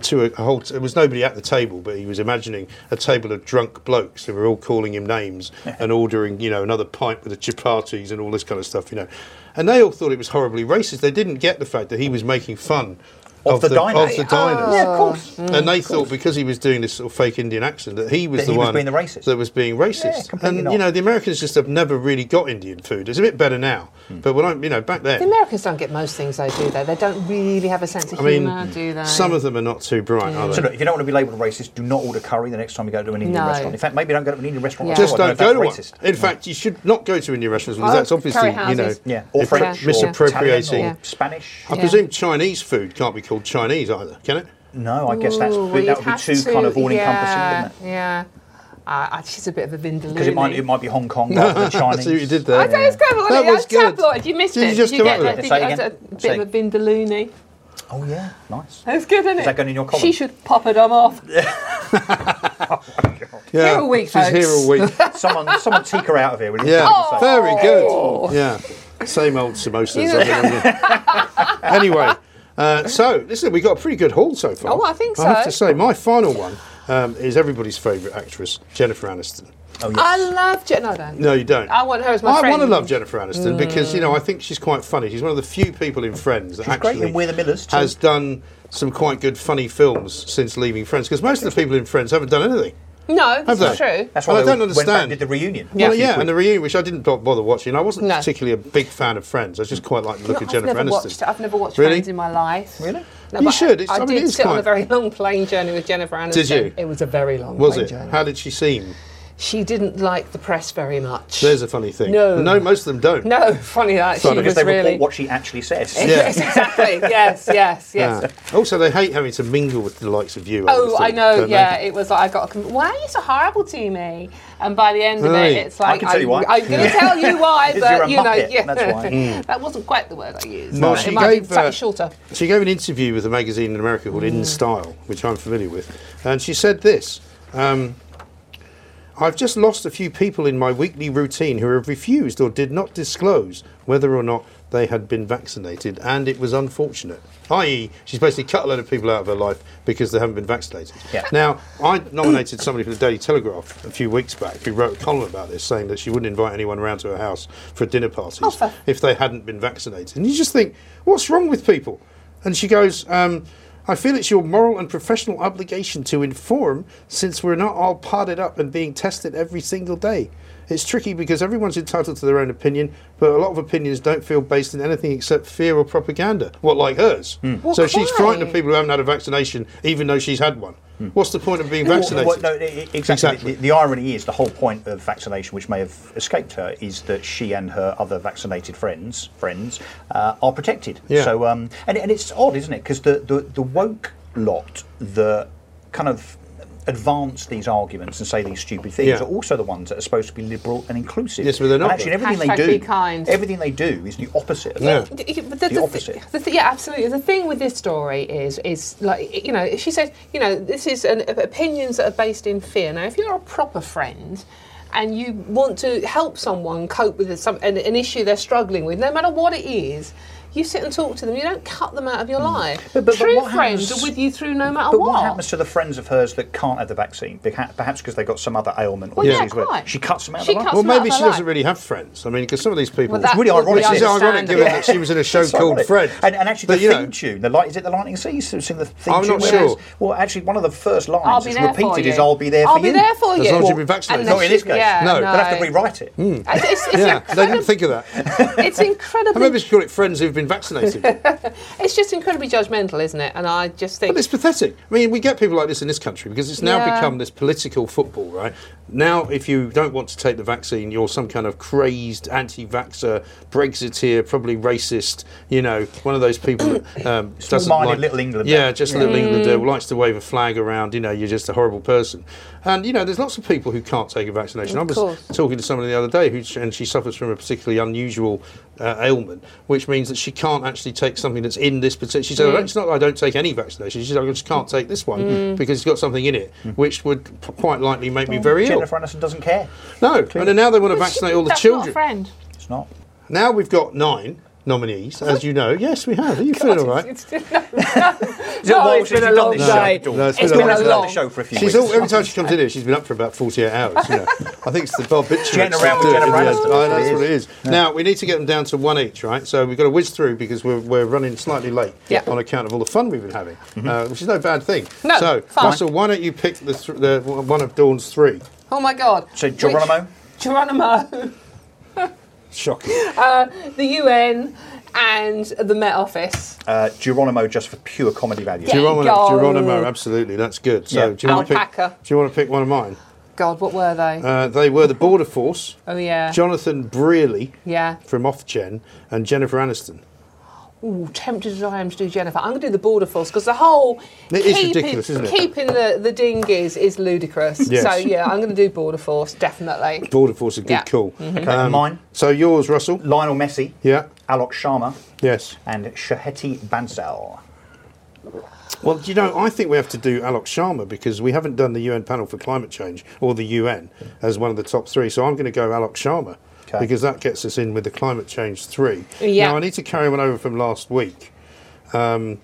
S1: To a, a whole, there was nobody at the table, but he was imagining a table of drunk blokes who were all calling him names and ordering, you know, another pint with the chapatis and all this kind of stuff, you know. And they all thought it was horribly racist. They didn't get the fact that he was making fun
S3: Of the diner.
S1: of the diners
S3: Ah. Yeah, of course.
S1: and they thought because he was doing this sort of fake Indian accent that he was
S3: That
S1: the
S3: he was
S1: one
S3: being the racist.
S1: that was being
S3: Yeah,
S1: racist.
S3: completely
S1: and
S3: not.
S1: you know, the Americans just have never really got Indian food. It's a bit better now,
S3: Hmm.
S1: but when I, you know, back
S2: The
S1: then,
S2: Americans don't get most things, though, do they? They don't really have a sense of
S1: I mean,
S2: humour, do they?
S1: some of them are not too bright, are they?
S3: So look, if you don't want to be labelled racist, do not order curry the next time you go to an Indian
S2: No.
S3: restaurant. In fact, maybe don't go to an Indian restaurant
S2: Yeah.
S3: at all.
S1: Just
S3: I
S1: don't
S3: know
S1: go to
S3: if
S1: one.
S3: that's racist.
S1: In fact, you should not go to Indian restaurants because
S2: Oh,
S1: that's obviously,
S2: curry
S1: you know,
S2: houses.
S3: Yeah, or
S1: if-
S3: French, or
S1: misappropriating.
S3: Italian or Spanish.
S1: I
S2: Yeah.
S1: presume Chinese food can't be called Chinese either, can it?
S3: No, I guess that's
S2: Ooh, well,
S3: that
S2: you'd
S3: would be
S2: have
S3: too
S2: to-
S3: kind of all-encompassing,
S2: yeah,
S3: wouldn't it?
S2: Yeah. Uh, uh, she's a bit of a vindaloo.
S3: Because it might it might be Hong Kong rather than
S1: I
S3: Chinese.
S1: see what you did there.
S2: I don't yeah.
S1: That
S2: that
S1: was
S2: was
S1: good.
S2: Tabloid. You missed
S1: Did
S2: it.
S1: you just
S2: Did
S1: come
S2: get
S1: up with
S2: that?
S3: it?
S2: Did
S3: Say
S2: you-
S3: again.
S2: I was A bit
S3: Say
S2: of a vindaloony.
S3: Oh yeah, nice.
S2: That's good, isn't it?
S3: that going in your column?
S2: She should pop it on off.
S1: Yeah,
S2: Here a week,
S1: She's here all week.
S3: someone someone take her out of here. Will you?
S1: Yeah,
S3: Oh.
S1: very good. Yeah, same old samosas.
S2: Oh! You know-
S1: I mean, anyway, uh, so listen, we got a pretty good haul so far.
S2: Oh, I think
S1: I have
S2: so.
S1: to say, my final one um, is everybody's favourite actress, Jennifer Aniston.
S3: Oh,
S2: I love Jet. No, I don't.
S1: No, you don't.
S2: I want her as my
S1: I want to
S2: friend. Mm.
S1: love Jennifer Aniston because you know I think she's quite funny. She's one of the few people in Friends that
S3: She's great
S1: actually
S3: in We're the Millers, too.
S1: has done some quite good funny films since leaving Friends because most of the people in Friends haven't done anything.
S2: No, that's
S1: Have
S2: not
S1: they?
S2: true.
S3: That's why
S1: Well, I
S3: they
S1: don't
S3: went back
S1: understand.
S3: and did the reunion.
S1: Yeah, well,
S3: Matthew
S1: yeah,
S3: Quinn.
S1: and the reunion, which I didn't bo- bother watching. I wasn't
S2: No.
S1: particularly a big fan of Friends. I was just quite like the look at
S2: I've
S1: Jennifer
S2: never
S1: Aniston.
S2: watched. I've never watched
S1: Really?
S2: Friends in my life.
S3: Really?
S2: No,
S1: You
S2: but
S1: should. It's-
S2: I,
S1: I mean,
S2: did
S1: it is
S2: sit on
S1: quite-
S2: a very long plane journey with Jennifer Aniston.
S1: Did you?
S2: It was a very long
S1: was
S2: plane
S1: it?
S2: journey.
S1: How did she seem?
S2: She didn't like the press very much.
S1: There's a funny thing.
S2: No.
S1: no, most of them don't.
S2: no, funny that she
S1: Sorry,
S3: Because
S2: was
S3: they
S2: really.
S3: report what she actually says.
S2: yes, exactly. Yes, yes, yes.
S1: Ah. Also, they hate having to mingle with the likes of you.
S2: Oh, I
S1: understand,
S2: know.
S1: don't they?
S2: Yeah, it was like I got. A com- why are you so horrible to me? And by the end of
S1: Right.
S2: it, it's like
S3: can tell you why.
S2: I'm going to tell you why,
S3: Because you're a
S2: but you know,
S3: muppet,
S2: yeah, Mm.
S3: that's why.
S2: that wasn't quite the word I used.
S1: No,
S2: but
S1: she
S2: it might
S1: gave,
S2: be slightly
S1: uh,
S2: shorter.
S1: She gave an interview with a magazine in America called In Style, which I'm familiar with, and she said this. Um, I've just lost a few people in my weekly routine who have refused or did not disclose whether or not they had been vaccinated, and it was unfortunate. I.e., she's basically cut a lot of people out of her life because they haven't been vaccinated.
S3: Yeah.
S1: Now, I nominated somebody for the Daily Telegraph a few weeks back who wrote a column about this, saying that she wouldn't invite anyone around to her house for dinner parties
S2: for-
S1: if they hadn't been vaccinated. And you just think, what's wrong with people? And she goes, um, I feel it's your moral and professional obligation to inform since we're not all potted up and being tested every single day. It's tricky because everyone's entitled to their own opinion, but a lot of opinions don't feel based in anything except fear or propaganda. What, like hers?
S2: Well,
S1: so she's
S2: why?
S1: frightened of people who haven't had a vaccination, even though she's had one.
S3: Hmm.
S1: What's the point of being vaccinated?
S3: Well, well, no, e- e- exactly.
S1: Exactly.
S3: The, the irony is the whole point of vaccination, which may have escaped her, is that she and her other vaccinated friends friends uh, are protected.
S1: Yeah.
S3: So, um, and, and it's odd, isn't it? Because the, the, the woke lot that kind of advance these arguments and say these stupid things
S1: Yeah.
S3: are also the ones that are supposed to be liberal and inclusive.
S1: Yes, but they're not,
S3: And actually,
S1: though.
S3: everything
S2: Hashtag
S3: they
S2: be
S3: do,
S2: kind.
S3: everything they do is the opposite of
S1: Yeah.
S3: that.
S2: D- yeah, but
S3: The
S2: thi-
S3: opposite.
S2: the thi- yeah, absolutely. The thing with this story is, is like you know, she said, you know, this is an, uh, opinions that are based in fear. Now, if you're a proper friend. And you want to help someone cope with some, an, an issue they're struggling with, no matter what it is, you sit and talk to them. You don't cut them out of your life.
S3: Mm. But- but- but
S2: True
S3: what
S2: friends
S3: happens-
S2: are with you through no matter
S3: But
S2: what.
S3: what? happens to the friends of hers that can't have the vaccine? Beha- Perhaps because they've got some other ailment or
S2: Well, yeah,
S3: disease. where
S2: quite.
S3: she cuts them out
S2: She
S3: of the
S2: cuts
S1: Well,
S2: them out
S1: maybe
S2: of
S1: she
S2: her
S1: doesn't
S2: life.
S1: really have friends. I mean, because some of these people.
S2: Well, that
S3: really
S2: would be
S3: ironic,
S1: Which is ironic given
S2: understandable.
S1: that she was in a show
S3: It's
S1: called
S3: ironic.
S1: Friends.
S3: And, and actually,
S1: But,
S3: the
S1: you know-
S3: theme tune, the light, is it the Lightning Seas? Have you seen the theme
S1: I'm
S3: tune?
S1: not
S3: where
S1: sure.
S3: it's- Well, actually, one of the first lines
S2: I'll be
S3: is
S2: there for
S3: repeated
S2: you.
S3: is "I'll be there
S2: I'll
S3: for
S2: be
S3: you."
S2: there for
S1: As long as
S2: you.
S1: you've
S2: Well,
S1: been vaccinated.
S3: Not in this
S2: she-
S3: case.
S2: yeah,
S1: No. Hmm,
S3: they'll have to
S2: no.
S3: rewrite it.
S2: It's, it's, it's
S1: Yeah, they didn't
S2: incredib-
S1: think of that. I
S2: it's incredibly
S1: remember she called it Friends Who've Been Vaccinated. But
S2: It's just incredibly judgmental, isn't it? And I just think
S1: it's pathetic. I mean, we get people like this in this country because it's now
S2: Yeah.
S1: become this political football, right? Now, if you don't want to take the vaccine, you're some kind of crazed anti vaxxer, Brexiteer, probably racist, you know, one of those people that um, doesn't
S3: Small-minded
S1: like.
S3: little Englander.
S1: Yeah, just a little Englander who likes to wave a flag around, you know, you're just a horrible person. And, you know, there's lots of people who can't take a vaccination. I was
S2: course.
S1: talking to someone the other day who, and she suffers from a particularly unusual uh, ailment, which means that she can't actually take something that's in this particular. She
S2: Mm.
S1: said, "Oh, "It's not that I don't take any vaccination. She said, I just can't take this one because it's got something in it, which would p- quite likely make me very ill.
S3: Jennifer Aniston doesn't care.
S1: No, and then now they want to
S2: Well,
S1: vaccinate
S2: she-
S1: all the
S2: that's Not a
S1: children.
S2: friend.
S3: It's not.
S1: Now we've got nine nominees, as you know. Yes, we have. Are you feeling all right?
S2: It's, it's, no, no,
S3: Well,
S2: it's
S3: since
S2: been a
S3: we've done
S2: long
S3: this show,
S2: day.
S3: it's all-
S1: No, it's been
S3: it's
S1: a
S3: been
S1: long
S3: a long
S2: day.
S3: show for a few
S1: She's
S3: weeks.
S1: all, every time she comes in here, she's been up for about 48 hours. You know. I think it's the barbiturate.
S3: Getting around with
S1: stuff
S3: Jennifer
S1: doing it.
S3: Aniston,
S1: I know,
S3: that's what
S1: That's
S3: it
S1: what it is. Now, we need to get them down to one each, right? So we've got to whiz through because we're, we're running slightly late
S2: Yeah.
S1: on account of all the fun we've been having,
S3: Mm-hmm.
S1: uh, which is no bad thing.
S2: No,
S1: so,
S2: fine.
S1: Russell, why don't you pick the, th- the one of Dawn's three?
S2: Oh my God.
S3: So Geronimo,
S2: Which, Geronimo,
S1: Shocking.
S2: the UN, and the Met Office.
S3: uh, Geronimo, just for pure comedy value.
S2: Yeah.
S1: Geronimo,
S2: go.
S1: Geronimo, absolutely, that's good. So,
S3: Yeah.
S1: do, you want to pick,
S2: Alpaca.
S1: do you want to pick one of mine?
S2: God, what were they?
S1: Uh, they were the Border Force,
S2: oh yeah.
S1: Jonathan Brearley
S2: yeah.
S1: from Offgen, and Jennifer Aniston.
S2: Ooh, tempted as I am to do Jennifer, I'm going to do the Border Force because the whole
S1: It is ridiculous, isn't it?
S2: keeping the, the dinghies is ludicrous.
S1: Yes.
S2: So yeah, I'm going to do Border Force definitely.
S1: Border Force, a good
S2: Yeah. Mm-hmm.
S1: call.
S3: Okay, mine,
S1: So yours, Russell?
S3: Lionel Messi,
S1: Um, Yeah.
S3: Alok Sharma,
S1: Yes.
S3: and Shaheti Bansal.
S1: Well, you know, I think we have to do Alok Sharma because we haven't done the UN panel for climate change or the UN as one of the top three. So I'm going to go Alok Sharma
S3: Okay.
S1: because that gets us in with the climate change three.
S2: Yeah.
S1: Now, I need to carry one over from last week. Um,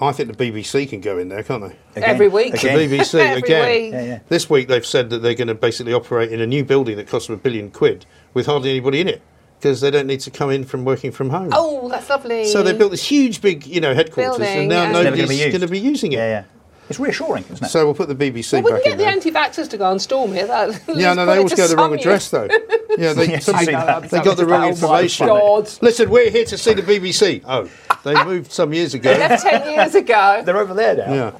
S1: I think the BBC can go in there, can't they?
S2: Every week.
S1: The
S3: again.
S1: BBC
S2: Every
S1: again.
S2: week.
S3: yeah.
S1: This week they've said that they're going to basically operate in a new building that costs them a billion quid with hardly anybody in it because they don't need to come in from working from home.
S2: Oh, that's lovely.
S1: So they built this huge, big, you know, headquarters, and
S2: Building,
S1: now
S2: yeah. It's
S3: never gonna
S1: nobody's
S3: be used.
S1: going to be using it.
S3: Yeah, yeah. It's reassuring, isn't it?
S1: So we'll put the BBC
S2: Well, we
S1: back
S2: can get
S1: in
S2: the
S1: there.
S2: anti-vaxxers to go and storm it.
S1: yeah,
S2: That,
S1: no,
S2: let's put
S1: they
S2: it
S1: always
S2: to
S1: go the wrong
S2: Sunny.
S1: address though. Yeah, they,
S3: Yes,
S1: somebody-
S3: I know, that'd be
S1: they got the
S3: something
S1: wrong
S3: about why.
S1: information.
S2: God.
S1: Listen, we're here to see the BBC. Oh, they moved some years ago.
S2: Left ten years ago.
S3: They're over there now.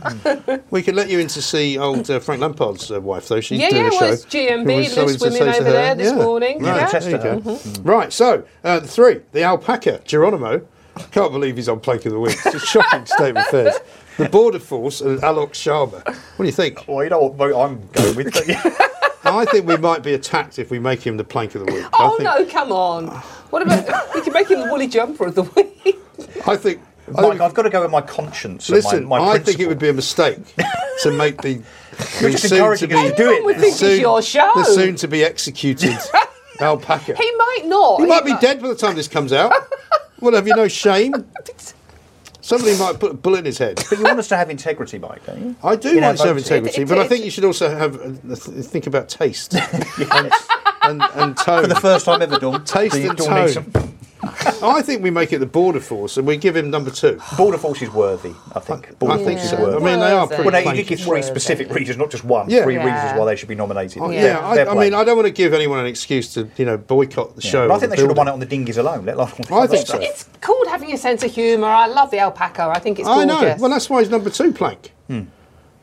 S1: Yeah, we could let you in to see old uh, Frank Lampard's uh, wife, though. She's
S2: Yeah,
S1: doing
S2: yeah,
S1: a show.
S2: well, it's GMB,
S1: There was
S2: Loose
S1: something to say
S2: Women
S1: to
S2: over
S1: her.
S2: there this morning. Mm-hmm.
S1: Right,
S2: Yeah.
S1: there you go. Right, so uh, the three, the alpaca, Geronimo. Can't believe he's on Plank of the Week. It's a shocking state of affairs. The Border Force and Alok Sharma. What do you think?
S3: Well, you know what vote I'm going with. But
S1: I think we might be attacked if we make him the Plank of the Week.
S2: Oh
S1: I
S2: no,
S1: think,
S2: come on. What about we can make him the woolly jumper of the week?
S1: I think. I think-
S3: Mike, I've got to go with my conscience.
S1: listen,
S3: and my, my
S1: I think it would be a mistake to make the. the
S3: just
S1: soon
S3: encouraging
S1: to
S3: us
S1: be-
S3: to do it.
S2: Everyone would think
S1: soon-
S2: it's your show.
S1: The soon to be executed alpaca.
S2: He might not.
S1: He might be dead by the time this comes out. well, have you no shame? Somebody might put a bullet in his head.
S3: But you want us to have integrity, Mike, don't you?
S1: I do
S3: You know,
S1: like to have
S3: voting.
S1: integrity,
S2: It- it-
S1: but I
S2: it-
S1: think you should also have uh, th- think about taste and, and, and tone.
S3: For the first time ever, Dawn.
S1: Taste
S3: the-
S1: and
S3: Dawn needs
S1: tone.
S3: some-
S1: I think we make it the border force and we give him number two.
S3: Border Force is worthy, I think. Border
S1: I
S3: Force
S1: think
S3: is
S1: so.
S3: worthy.
S1: I mean, they are pretty
S3: Oh, well, no, you
S1: plain.
S3: did give three specific reasons, not just one.
S1: Yeah.
S3: Three
S1: Yeah.
S3: reasons why they should be nominated.
S1: Oh,
S3: They're-
S1: yeah, I,
S3: they're
S1: I mean,
S3: plain.
S1: I don't want to give anyone an excuse to you know boycott the
S3: Yeah.
S1: show.
S3: But I
S1: or
S3: think
S1: the
S3: they should have won it
S1: building.
S3: on the dinghies alone, let alone all the
S1: I
S3: other
S1: think
S3: stuff.
S1: so.
S2: It's called having a sense of humour. I love the alpaca. I think it's
S1: I
S2: gorgeous.
S1: know. Well, that's why he's number two plank.
S3: Hmm.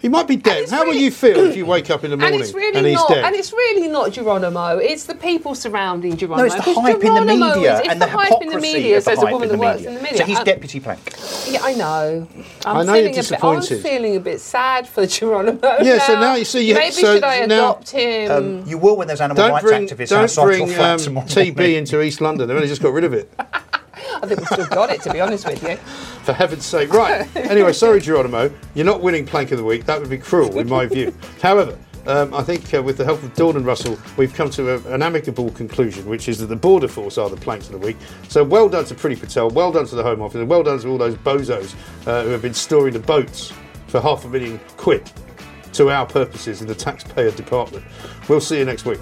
S1: He might be dead.
S2: it's
S1: How will
S2: really-
S1: you feel if you wake up in the morning
S2: and it's really
S1: and he's
S2: not.
S1: dead?
S2: And it's really not Geronimo. It's the people surrounding Geronimo.
S3: No, it's the
S2: 'Cause
S3: hype in the
S2: Geronimo
S3: media
S2: is- it's
S3: and the,
S2: hype in
S3: hypocrisy
S2: the media.
S3: of the
S2: Says a
S3: hype
S2: woman
S3: in
S2: that
S3: the
S2: works
S3: media.
S2: in the media.
S3: So he's
S2: I-
S3: deputy plank.
S1: Mm.
S2: Yeah, I know. I'm
S1: I know you're
S2: feeling A bit,
S1: disappointed.
S2: I'm feeling a bit sad for Geronimo.
S1: Yeah, so now you see you-
S2: Maybe
S1: so
S2: should I
S1: now-
S2: adopt him?
S3: Um, you will when there's animal
S1: don't
S3: rights
S1: bring,
S3: activists
S1: don't
S3: outside
S1: bring
S3: your flat
S1: um,
S3: tomorrow
S1: TB
S3: morning.
S1: into East London. They've only just got rid of it.
S2: I think we've still got it, to be honest with you.
S1: For heaven's sake. Right. Anyway, sorry, Geronimo. You're not winning Plank of the Week. That would be cruel, in my view. However, um, I think uh, with the help of Dawn and Russell, we've come to a, an amicable conclusion, which is that the Border Force are the Planks of the Week. So well done to Pretty Patel, well done to the Home Office, and well done to all those bozos uh, who have been storing the boats for half a million quid to our purposes in the taxpayer department. We'll see you next week.